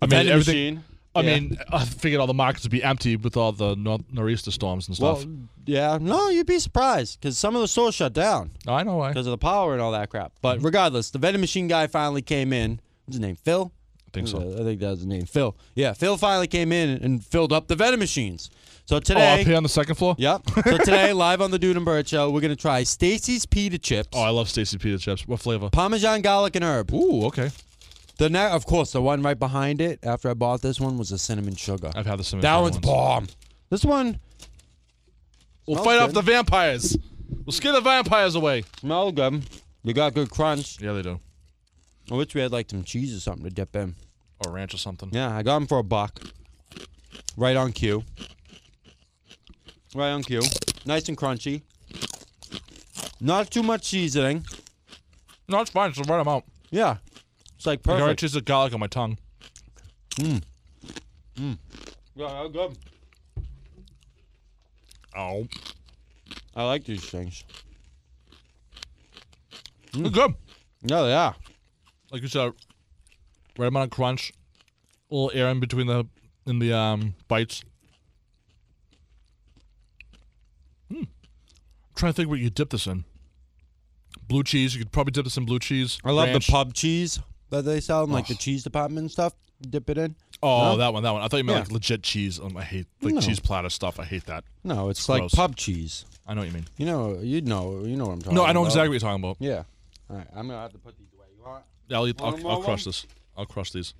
Speaker 2: I mean,
Speaker 1: vending
Speaker 2: everything-
Speaker 1: machine.
Speaker 2: I
Speaker 1: Yeah.
Speaker 2: mean, I figured all the markets would be empty with all the nor- nor'easter storms and stuff.
Speaker 1: Well, yeah, no, you'd be surprised because some of the stores shut down
Speaker 2: I know why. I
Speaker 1: because of the power and all that crap.
Speaker 2: Mm-hmm.
Speaker 1: But regardless, the vending machine guy finally came in. What's his name? Phil.
Speaker 2: think so.
Speaker 1: I think that was his name. Phil. Yeah, Phil finally came in and filled up the vending machines. So
Speaker 2: Oh, up
Speaker 1: today,
Speaker 2: here on the second floor.
Speaker 1: yep. So today, live on the Dude and Bird Show, we're gonna try Stacy's pita chips,
Speaker 2: Oh, I love Stacy Pita chips. What flavor?
Speaker 1: Parmesan garlic and herb.
Speaker 2: Ooh, okay.
Speaker 1: The ne- of course, the one right behind it after I bought this one was the cinnamon sugar.
Speaker 2: I've had the cinnamon
Speaker 1: that
Speaker 2: sugar
Speaker 1: one's
Speaker 2: ones.
Speaker 1: bomb. This one
Speaker 2: We'll
Speaker 1: Smells
Speaker 2: fight off
Speaker 1: good.
Speaker 2: the vampires. We'll scare the vampires away.
Speaker 1: smell good. We got good crunch.
Speaker 2: Yeah, they do.
Speaker 1: I wish we had like some cheese or something to dip in.
Speaker 2: Or ranch or something.
Speaker 1: Yeah, I got them for a buck. Right on cue. Right on cue. Nice and crunchy. Not too much seasoning.
Speaker 2: No, it's fine. It's the right amount.
Speaker 1: Yeah, it's like
Speaker 2: I already
Speaker 1: perfect.
Speaker 2: tasted garlic on my tongue.
Speaker 1: Yeah, good.
Speaker 2: Oh,
Speaker 1: I like these things.
Speaker 2: good.
Speaker 1: Yeah, they are.
Speaker 2: Like you said, right amount of crunch. A little air in between the in the um bites. Hmm. I'm trying to think what you dip this in. Blue cheese. You could probably dip this in blue cheese.
Speaker 1: I love
Speaker 2: ranch.
Speaker 1: the pub cheese that they sell in like the cheese department and stuff. Dip it in.
Speaker 2: Oh,
Speaker 1: No?
Speaker 2: that one, that one. I thought you meant
Speaker 1: Yeah.
Speaker 2: like legit cheese. Um, I hate like
Speaker 1: No.
Speaker 2: cheese platter stuff. I hate that.
Speaker 1: No, it's,
Speaker 2: It's
Speaker 1: like
Speaker 2: gross.
Speaker 1: pub cheese.
Speaker 2: I know what you mean.
Speaker 1: You know, you know, you know what I'm talking.
Speaker 2: No, I
Speaker 1: about.
Speaker 2: know exactly what you're talking about.
Speaker 1: Yeah. All right, I'm gonna have to put these away. You want?
Speaker 2: Yeah, I'll, eat,
Speaker 1: Want
Speaker 2: I'll, I'll
Speaker 1: another
Speaker 2: crush
Speaker 1: one?
Speaker 2: this. I'll crush these.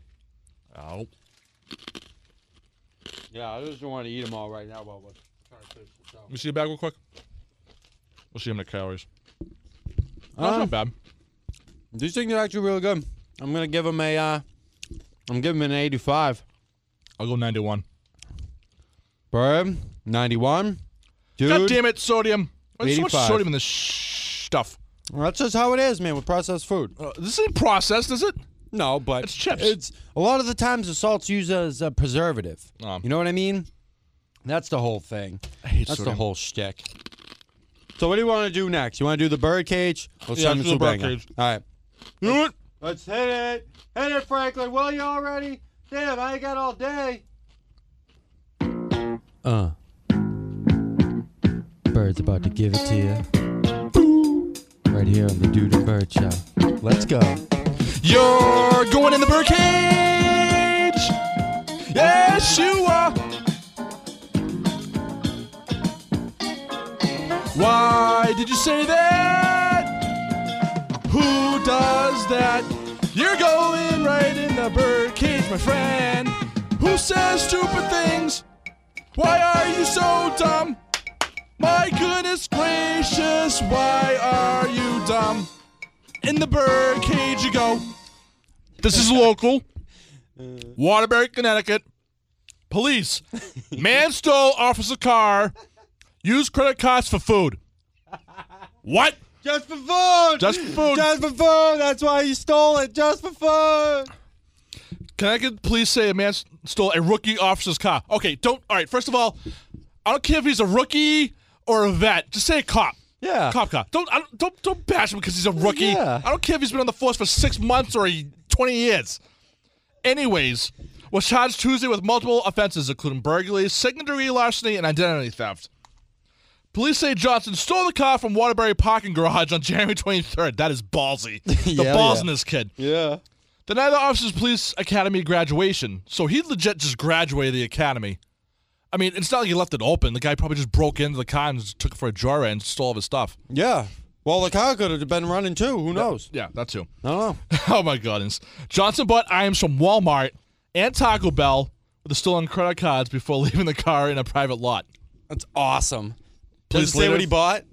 Speaker 2: Ow.
Speaker 1: Yeah, I just don't want to eat them all right now while we're trying to finish the show.
Speaker 2: Let me see your bag real quick. We'll see how many calories. No, it's
Speaker 1: Uh,
Speaker 2: not bad.
Speaker 1: these things are actually really good. I'm gonna give them a. Uh, I'm giving them an 85.
Speaker 2: I'll go 91.
Speaker 1: Bird, 91. Dude,
Speaker 2: God damn it, sodium. Why is so much
Speaker 1: 85.
Speaker 2: sodium in this sh- stuff?
Speaker 1: that's just how it is, man. With processed food.
Speaker 2: Uh, this ain't processed, is it?
Speaker 1: No, but
Speaker 2: It's chips.
Speaker 1: It's a lot of the times the salt's used as a preservative.
Speaker 2: Um,
Speaker 1: you know what I mean? That's the whole thing.
Speaker 2: I hate
Speaker 1: That's the
Speaker 2: sodium.
Speaker 1: whole shtick. So what do you want to do next? You want to do the birdcage? Let's
Speaker 2: Yeah,
Speaker 1: send
Speaker 2: let's
Speaker 1: it
Speaker 2: do
Speaker 1: to
Speaker 2: the
Speaker 1: Banger.
Speaker 2: birdcage.
Speaker 1: All right.
Speaker 2: You know what?
Speaker 1: Let's hit it. Hit it, Franklin. Will you already? Damn, I ain't got all day. Uh. Bird's about to give it to you. Right here on the Dude and Bird Show. Let's go.
Speaker 2: You're going in the birdcage. Yes, you are. Why did you say that? Who does that? You're going right in the birdcage, my friend. Who says stupid things? Why are you so dumb? My goodness gracious, why are you dumb? in the bird cage you go. This is local. Waterbury, Connecticut. Police. Man stole officer car. Used credit cards for food. What?
Speaker 1: Just for food.
Speaker 2: Just for food.
Speaker 1: Just for food. That's why you stole it. Just for food.
Speaker 2: Connecticut police say a man s- stole a rookie officer's car. Okay, don't. All right, first of all, I don't care if he's a rookie or a vet. Just say a cop.
Speaker 1: Yeah.
Speaker 2: Cop car. Don't I don't, don't don't bash him because he's a rookie.
Speaker 1: Yeah.
Speaker 2: I don't care if he's been on the force for six months or he- twenty years. Anyways, was charged Tuesday with multiple offenses, including burglary, secondary larceny, and identity theft. Police say Johnson stole the car from Waterbury parking garage on January 23rd. That is ballsy. The
Speaker 1: Yeah,
Speaker 2: balls
Speaker 1: yeah.
Speaker 2: in this kid.
Speaker 1: Yeah.
Speaker 2: The night of the officer's police academy graduation. So he legit just graduated the academy. I mean, it's not like he left it open. The guy probably just broke into the car and just took it for a joyride and stole all of his stuff.
Speaker 1: Yeah. Well, the car could have been running too. Who knows?
Speaker 2: Yeah, that too.
Speaker 1: I don't know.
Speaker 2: oh my goodness. Johnson bought items from Walmart and Taco Bell with the stolen credit cards before leaving the car in a private lot.
Speaker 1: That's awesome.
Speaker 2: Please
Speaker 1: Does it say
Speaker 2: later.
Speaker 1: what he bought?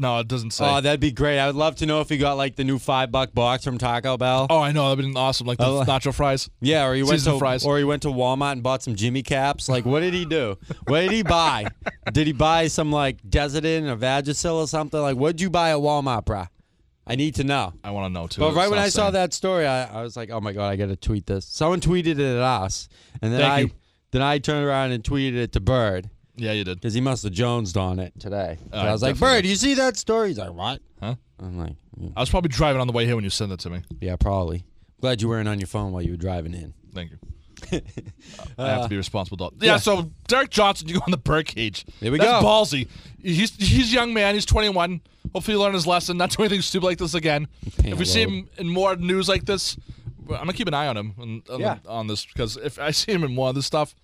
Speaker 2: No, it doesn't say.
Speaker 1: Oh, that'd be great. I would love to know if he got like the new five buck box from Taco Bell.
Speaker 2: oh, I know. That'd been awesome. Like the
Speaker 1: Oh.
Speaker 2: nacho fries.
Speaker 1: Yeah, or he went
Speaker 2: Seasoned
Speaker 1: to
Speaker 2: fries.
Speaker 1: or he went to Walmart and bought some Jimmy caps. Like, what did he do? What did he buy? did he buy some like Desidin or Vagisil or something? Like, what'd you buy at Walmart, bruh? I need to know.
Speaker 2: I want to know too.
Speaker 1: But
Speaker 2: It's
Speaker 1: right when
Speaker 2: not
Speaker 1: I saw
Speaker 2: saying.
Speaker 1: that story, I, I was like, oh my god, I gotta tweet this. Someone tweeted it at us, and then
Speaker 2: Thank
Speaker 1: I
Speaker 2: you.
Speaker 1: then I turned around and tweeted it to Bird
Speaker 2: Yeah, you did.
Speaker 1: because he must have jonesed on it today. But
Speaker 2: Oh,
Speaker 1: I was like,
Speaker 2: definitely.
Speaker 1: Bird, you see that story? He's like, what?
Speaker 2: Huh?
Speaker 1: I'm like, "Mm,
Speaker 2: I was probably driving on the way here when you sent it to me.
Speaker 1: yeah, probably. Glad you weren't on your phone while you were driving in.
Speaker 2: Thank you. I have to be responsible. Dog. Yeah,
Speaker 1: Uh, yeah.
Speaker 2: So Derek Johnson, you go on the bird cage.
Speaker 1: There we
Speaker 2: That's
Speaker 1: go.
Speaker 2: ballsy. He's he's a young man. He's 21. Hopefully, he learned his lesson. Not do anything stupid like this again.
Speaker 1: Pant
Speaker 2: if we see
Speaker 1: load.
Speaker 2: him in more news like this, I'm gonna keep an eye on him on, on,
Speaker 1: Yeah.
Speaker 2: on this because if I see him in more of this stuff,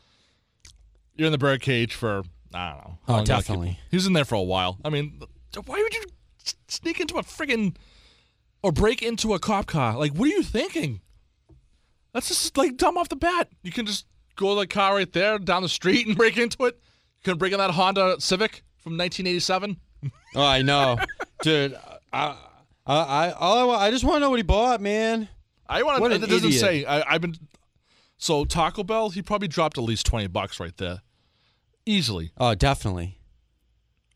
Speaker 2: you're in the bird cage for I don't know. how
Speaker 1: Oh,
Speaker 2: long that'll keep-
Speaker 1: definitely.
Speaker 2: He's in there for a while. I mean, why would you s- sneak into a friggin' or break into a cop car? Like, what are you thinking? That's just like dumb off the bat. You can just go to the car right there down the street and break into it. You can break in that Honda Civic from 1987.
Speaker 1: Oh, I know, dude. I, I, I, all I, wa- I just want to know what he bought, man.
Speaker 2: I want
Speaker 1: What
Speaker 2: to.
Speaker 1: an
Speaker 2: It doesn't
Speaker 1: idiot.
Speaker 2: say. I, I've been. So Taco Bell, he probably dropped at least 20 bucks right there, easily.
Speaker 1: Oh, definitely.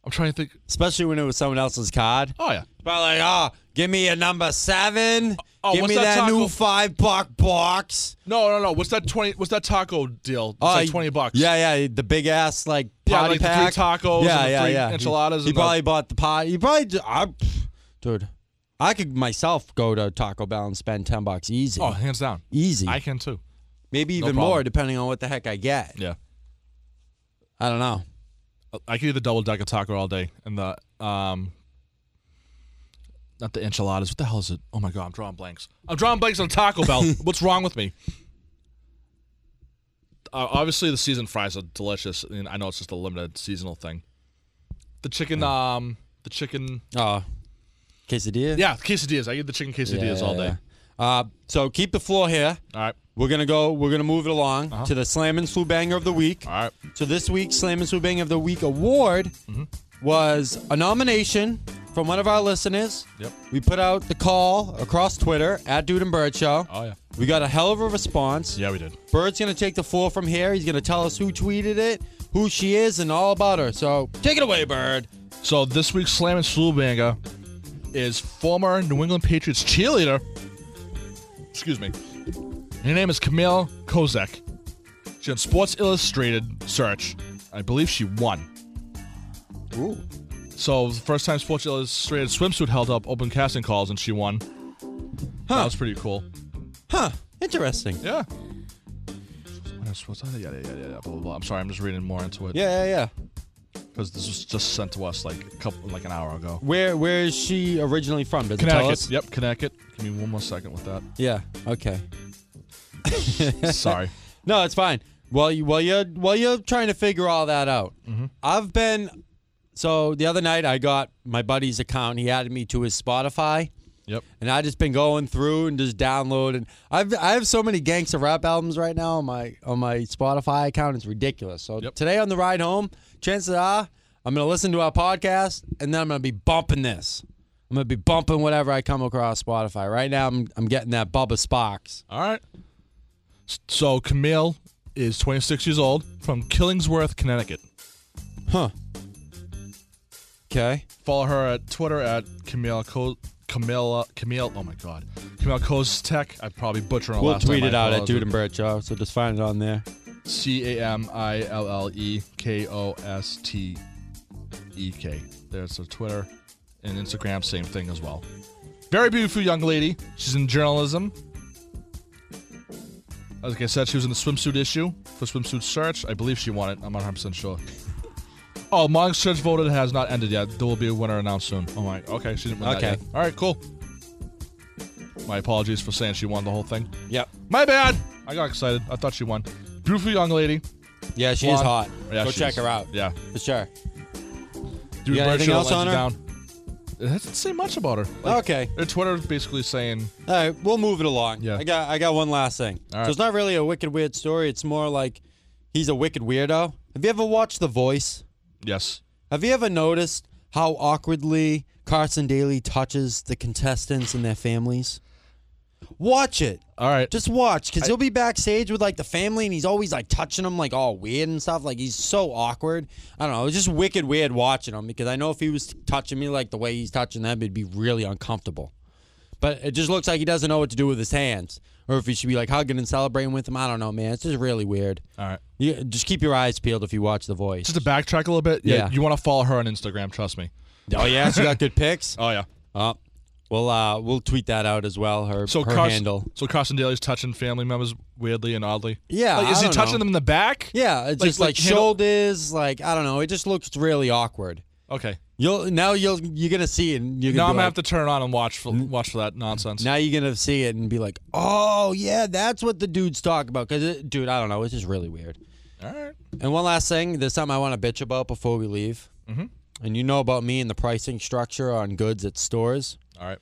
Speaker 2: I'm trying to think.
Speaker 1: Especially when it was someone else's card.
Speaker 2: Oh yeah,
Speaker 1: But like, oh, give me a number seven.
Speaker 2: Oh,
Speaker 1: give
Speaker 2: what's
Speaker 1: me
Speaker 2: that
Speaker 1: that,
Speaker 2: taco-
Speaker 1: new five buck box.
Speaker 2: no, no, no. What's that 20? What's that taco deal? It's like
Speaker 1: y-
Speaker 2: 20 bucks.
Speaker 1: Uh, Yeah, yeah, the big ass like
Speaker 2: Yeah,
Speaker 1: potty
Speaker 2: like the three
Speaker 1: pack
Speaker 2: tacos
Speaker 1: Yeah,
Speaker 2: and the
Speaker 1: yeah,
Speaker 2: three
Speaker 1: yeah.
Speaker 2: enchiladas
Speaker 1: He,
Speaker 2: and the-
Speaker 1: probably bought the pot. He probably, d- I, pff, dude, I could myself go to Taco Bell and spend ten bucks easy,
Speaker 2: Oh, hands down.
Speaker 1: easy.
Speaker 2: I can too.
Speaker 1: Maybe even
Speaker 2: problem.
Speaker 1: more depending on what the heck I get.
Speaker 2: Yeah.
Speaker 1: I don't know.
Speaker 2: I could eat the double decker taco all day, and the um, not the enchiladas. What the hell is it? Oh my god, I'm drawing blanks. I'm drawing blanks on Taco Bell. What's wrong with me? Uh, obviously, the seasoned fries are delicious, and I know it's just a limited seasonal thing. The chicken, um, the chicken,
Speaker 1: Uh, quesadilla.
Speaker 2: yeah, quesadillas. I eat the chicken quesadillas all day.
Speaker 1: Uh, so keep the floor here.
Speaker 2: All right,
Speaker 1: We're gonna go. We're gonna move it along to the Slam and Slew Banger of the Week.
Speaker 2: Uh-huh. all right. Mm-hmm.
Speaker 1: So this week's Slam and Swoop Bang of the Week award was a nomination from one of our listeners.
Speaker 2: Yep.
Speaker 1: We put out the call across Twitter at Dude and Bird Show.
Speaker 2: Oh yeah,
Speaker 1: We got a hell of a response.
Speaker 2: yeah, we did.
Speaker 1: Bird's gonna take the floor from here. He's gonna tell us who tweeted it, who she is, and all about her. So take it away, Bird.
Speaker 2: So this week's Slam and Slubanga is former New England Patriots cheerleader. Excuse me. Her name is Camille Kozak. She had Sports Illustrated search. I believe she won.
Speaker 1: Ooh.
Speaker 2: So it was the first time Sports Illustrated swimsuit held up open casting calls and she won. That
Speaker 1: Huh.
Speaker 2: was pretty cool.
Speaker 1: Huh. Interesting.
Speaker 2: Yeah. What else was that? Yada, yada, yada, blah, blah, blah. I'm sorry, I'm just reading more into it
Speaker 1: Yeah, yeah, yeah.
Speaker 2: because this was just sent to us like a couple, like an hour ago.
Speaker 1: Where where is she originally from? Does it tell
Speaker 2: Connecticut.
Speaker 1: us?
Speaker 2: Yep, Connecticut. Give me one more second with that.
Speaker 1: Yeah. Okay.
Speaker 2: Sorry.
Speaker 1: No, it's fine. While you while you're while you're trying to figure all that out,
Speaker 2: Mm-hmm.
Speaker 1: I've been so the other night I got my buddy's account. He added me to his Spotify,
Speaker 2: Yep.
Speaker 1: and I just been going through and just downloading. I've I have so many gangster rap albums right now on my on my Spotify account. It's ridiculous. So
Speaker 2: Yep.
Speaker 1: today on the ride home, chances are I'm gonna listen to our podcast, and then I'm gonna be bumping this. I'm gonna be bumping whatever I come across Spotify. Right now, I'm I'm getting that Bubba Sparks.
Speaker 2: All right. S- So Camille is 26 years old from Killingsworth, Connecticut.
Speaker 1: Huh. Okay.
Speaker 2: Follow her at Twitter at Camille Co- Camilla Camille. Oh my God, Camille Koztek. I probably butchered her
Speaker 1: We'll
Speaker 2: last name.
Speaker 1: tweet
Speaker 2: I
Speaker 1: it out at
Speaker 2: apologize.
Speaker 1: Dude and Bird Show, so just find it on there.
Speaker 2: C A M I L L E K O S T E K. There's her Twitter and Instagram, same thing as well. Very beautiful young lady. She's in journalism. Like I said, she was in the swimsuit issue for swimsuit search. I believe she won it. I'm not 100% sure. Oh, Monk Search voted has not ended yet. There will be a winner announced soon. Oh my. Okay, she didn't win
Speaker 1: Okay.
Speaker 2: that yet. All right, cool. My apologies for saying she won the whole thing.
Speaker 1: Yep.
Speaker 2: My bad. I got excited. I thought she won. Beautiful young lady.
Speaker 1: Yeah, she is
Speaker 2: Blonde.
Speaker 1: hot.
Speaker 2: Yeah,
Speaker 1: Go
Speaker 2: she
Speaker 1: check
Speaker 2: is.
Speaker 1: her out.
Speaker 2: Yeah.
Speaker 1: For sure.
Speaker 2: Dude,
Speaker 1: got
Speaker 2: Bird
Speaker 1: anything
Speaker 2: Show
Speaker 1: else
Speaker 2: lets
Speaker 1: on
Speaker 2: you
Speaker 1: her? Oh.
Speaker 2: It doesn't say much about her.
Speaker 1: okay.
Speaker 2: Her Twitter is basically saying,
Speaker 1: All right, we'll move it along.
Speaker 2: Yeah.
Speaker 1: I got I got one last thing.
Speaker 2: All right.
Speaker 1: So it's not really a wicked weird story. It's more like he's a wicked weirdo. Have you ever watched The Voice?
Speaker 2: yes.
Speaker 1: Have you ever noticed how awkwardly Carson Daly touches the contestants and their families? Watch it.
Speaker 2: All right.
Speaker 1: Just watch, because he'll be backstage with like the family, and he's always like touching them, like all weird and stuff. Like he's so awkward. I don't know. It was just wicked weird watching him because I know if he was touching me like the way he's touching them, it'd be really uncomfortable. But it just looks like he doesn't know what to do with his hands, or if he should be like hugging and celebrating with them. I don't know, man. It's just really weird.
Speaker 2: All right.
Speaker 1: You, just keep your eyes peeled if you watch The Voice.
Speaker 2: Just to backtrack a little bit, yeah,
Speaker 1: Yeah.
Speaker 2: you want to follow her on Instagram. Trust me.
Speaker 1: Oh yeah, she got good pics.
Speaker 2: Oh yeah.
Speaker 1: Uh, we'll uh, we'll tweet that out as well. Her
Speaker 2: So
Speaker 1: her
Speaker 2: Carson,
Speaker 1: handle.
Speaker 2: so Carson Daly's touching family members weirdly and oddly.
Speaker 1: Yeah,
Speaker 2: Like, is
Speaker 1: I
Speaker 2: he
Speaker 1: don't
Speaker 2: touching
Speaker 1: know.
Speaker 2: them in the back?
Speaker 1: Yeah, it's
Speaker 2: Like-
Speaker 1: just like,
Speaker 2: like handle-
Speaker 1: shoulders. Like I don't know. It just looks really awkward.
Speaker 2: Okay.
Speaker 1: You'll now you'll you're gonna see it. And you're gonna
Speaker 2: Now I'm
Speaker 1: be
Speaker 2: gonna
Speaker 1: like-
Speaker 2: have to turn on and watch for watch for that nonsense.
Speaker 1: Now you're gonna see it and be like, oh yeah, that's what the dudes talk about. Cause it, dude, I don't know. It's just really weird.
Speaker 2: All right.
Speaker 1: And one last thing, there's something I want to bitch about before we leave. Mm-hmm. And you know about me and the pricing structure on goods at stores.
Speaker 2: All right.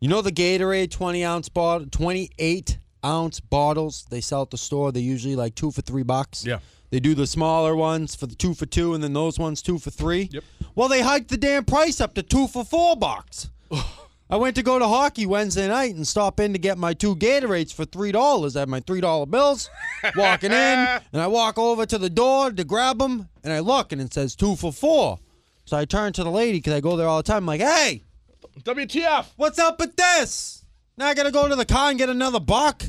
Speaker 1: You know the Gatorade 20 ounce bottle, 28 ounce bottles they sell at the store. They're usually like two for three bucks.
Speaker 2: Yeah.
Speaker 1: They do the smaller ones for the two for two, and then those ones two for three.
Speaker 2: Yep.
Speaker 1: Well, they hiked the damn price up to two for four bucks. I went to go to hockey Wednesday night and stop in to get my two Gatorades for three dollars. I had my three dollar bills. Walking in, and I walk over to the door to grab them, and I look, and it says two for four. So I turn to the lady because I go there all the time. I'm like, hey,
Speaker 2: WTF?
Speaker 1: What's up with this? Now I gotta go to the car and get another buck.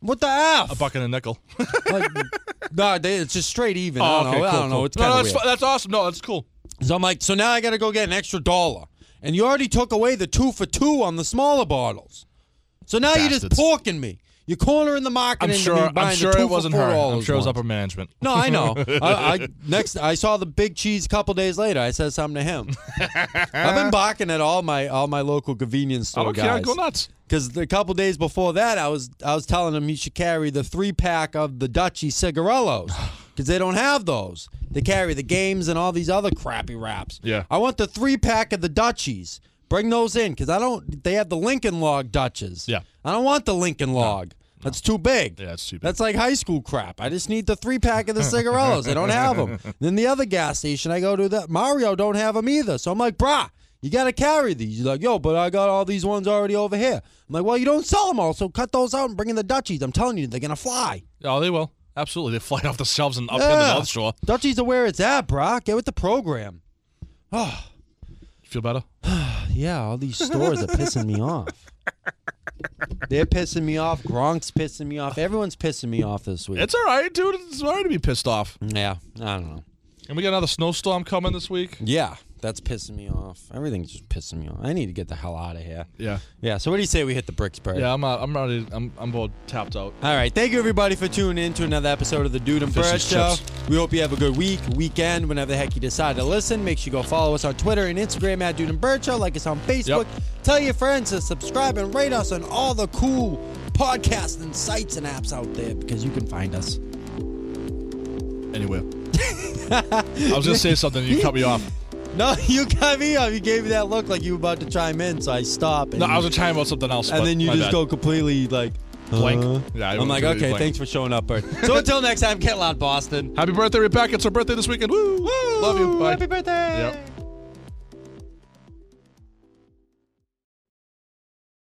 Speaker 1: What the f?
Speaker 2: A buck and a nickel.
Speaker 1: Like, nah, they, it's just straight even. I
Speaker 2: Oh,
Speaker 1: don't
Speaker 2: okay,
Speaker 1: know. I
Speaker 2: cool,
Speaker 1: don't know.
Speaker 2: cool.
Speaker 1: It's
Speaker 2: no,
Speaker 1: kind
Speaker 2: no,
Speaker 1: of
Speaker 2: that's,
Speaker 1: weird.
Speaker 2: fu- that's awesome. No, that's cool.
Speaker 1: so I'm like, so now I gotta go get an extra dollar, and you already took away the two for two on the smaller bottles. So now you're
Speaker 2: Bastards.
Speaker 1: just porking me. You're cornering the market.
Speaker 2: I'm
Speaker 1: into
Speaker 2: sure.
Speaker 1: me buying
Speaker 2: I'm
Speaker 1: the
Speaker 2: sure
Speaker 1: two
Speaker 2: it
Speaker 1: for
Speaker 2: wasn't
Speaker 1: four
Speaker 2: her. I'm
Speaker 1: dollars
Speaker 2: sure it was
Speaker 1: ones.
Speaker 2: upper management.
Speaker 1: No, I know. I, I next I saw the big cheese couple days later. I said something to him. I've been barking at all my all my local convenience
Speaker 2: I
Speaker 1: store
Speaker 2: don't care.
Speaker 1: guys.
Speaker 2: Go nuts.
Speaker 1: Because a couple days before that, I was I was telling him he should carry the three pack of the Dutchy cigarillos because they don't have those. They carry the games and all these other crappy wraps.
Speaker 2: Yeah.
Speaker 1: I want the three pack of the Dutchies. Bring those in because I don't. They have the Lincoln Log Dutches.
Speaker 2: Yeah.
Speaker 1: I don't want the Lincoln Log. That's too big.
Speaker 2: Yeah, it's too big.
Speaker 1: That's like high school crap. I just need the three pack of the cigarillos. they don't have them. Then the other gas station I go to, that Mario don't have them either. So I'm like, brah, you got to carry these. You're like, yo, but I got all these ones already over here. I'm like, well, you don't sell them all, so cut those out and bring in the Dutchies. I'm telling you, they're gonna fly.
Speaker 2: Oh, they will. Absolutely. They fly off the shelves and up in the
Speaker 1: Yeah.
Speaker 2: North Shore.
Speaker 1: Dutchies are where it's at, brah. Get with the program.
Speaker 2: Feel better?
Speaker 1: Yeah, all these stores are pissing me off. They're pissing me off. Gronk's pissing me off. Everyone's pissing me off this week.
Speaker 2: It's all right, dude. It's all right to be pissed off.
Speaker 1: yeah, I don't know.
Speaker 2: And we got another snowstorm coming this week.
Speaker 1: Yeah, that's pissing me off. Everything's just pissing me off. I need to get the hell out of here.
Speaker 2: Yeah.
Speaker 1: Yeah, so what do you say we hit the Bricksburg?
Speaker 2: Yeah, I'm out. I'm already. I'm I'm all tapped out.
Speaker 1: All right, thank you everybody for tuning in to another episode of the Dude and
Speaker 2: Fish
Speaker 1: Bird
Speaker 2: and
Speaker 1: Show.
Speaker 2: chips.
Speaker 1: We hope you have a good week, weekend, whenever the heck you decide to listen. Make sure you go follow us on Twitter and Instagram at Dude and Bird Show. Like us on Facebook. Tell your friends to subscribe and rate us on all the cool podcasts and sites and apps out there because you can find us.
Speaker 2: Anyway. I was gonna say something. You cut me off.
Speaker 1: No, you got me up. You gave me that look like you were about to chime in, so I stopped. and
Speaker 2: No,
Speaker 1: you-
Speaker 2: I was trying about something else.
Speaker 1: and
Speaker 2: but
Speaker 1: then you
Speaker 2: my
Speaker 1: just
Speaker 2: bad.
Speaker 1: go completely like
Speaker 2: Blank.
Speaker 1: uh,
Speaker 2: Yeah, I
Speaker 1: I'm like,
Speaker 2: completely
Speaker 1: okay,
Speaker 2: blank.
Speaker 1: thanks for showing up, Bert. So until next time, get loud, Boston.
Speaker 2: Happy birthday, Rebecca! It's her birthday this weekend. Woo! Love you. Bye.
Speaker 1: Happy birthday.
Speaker 2: Yep.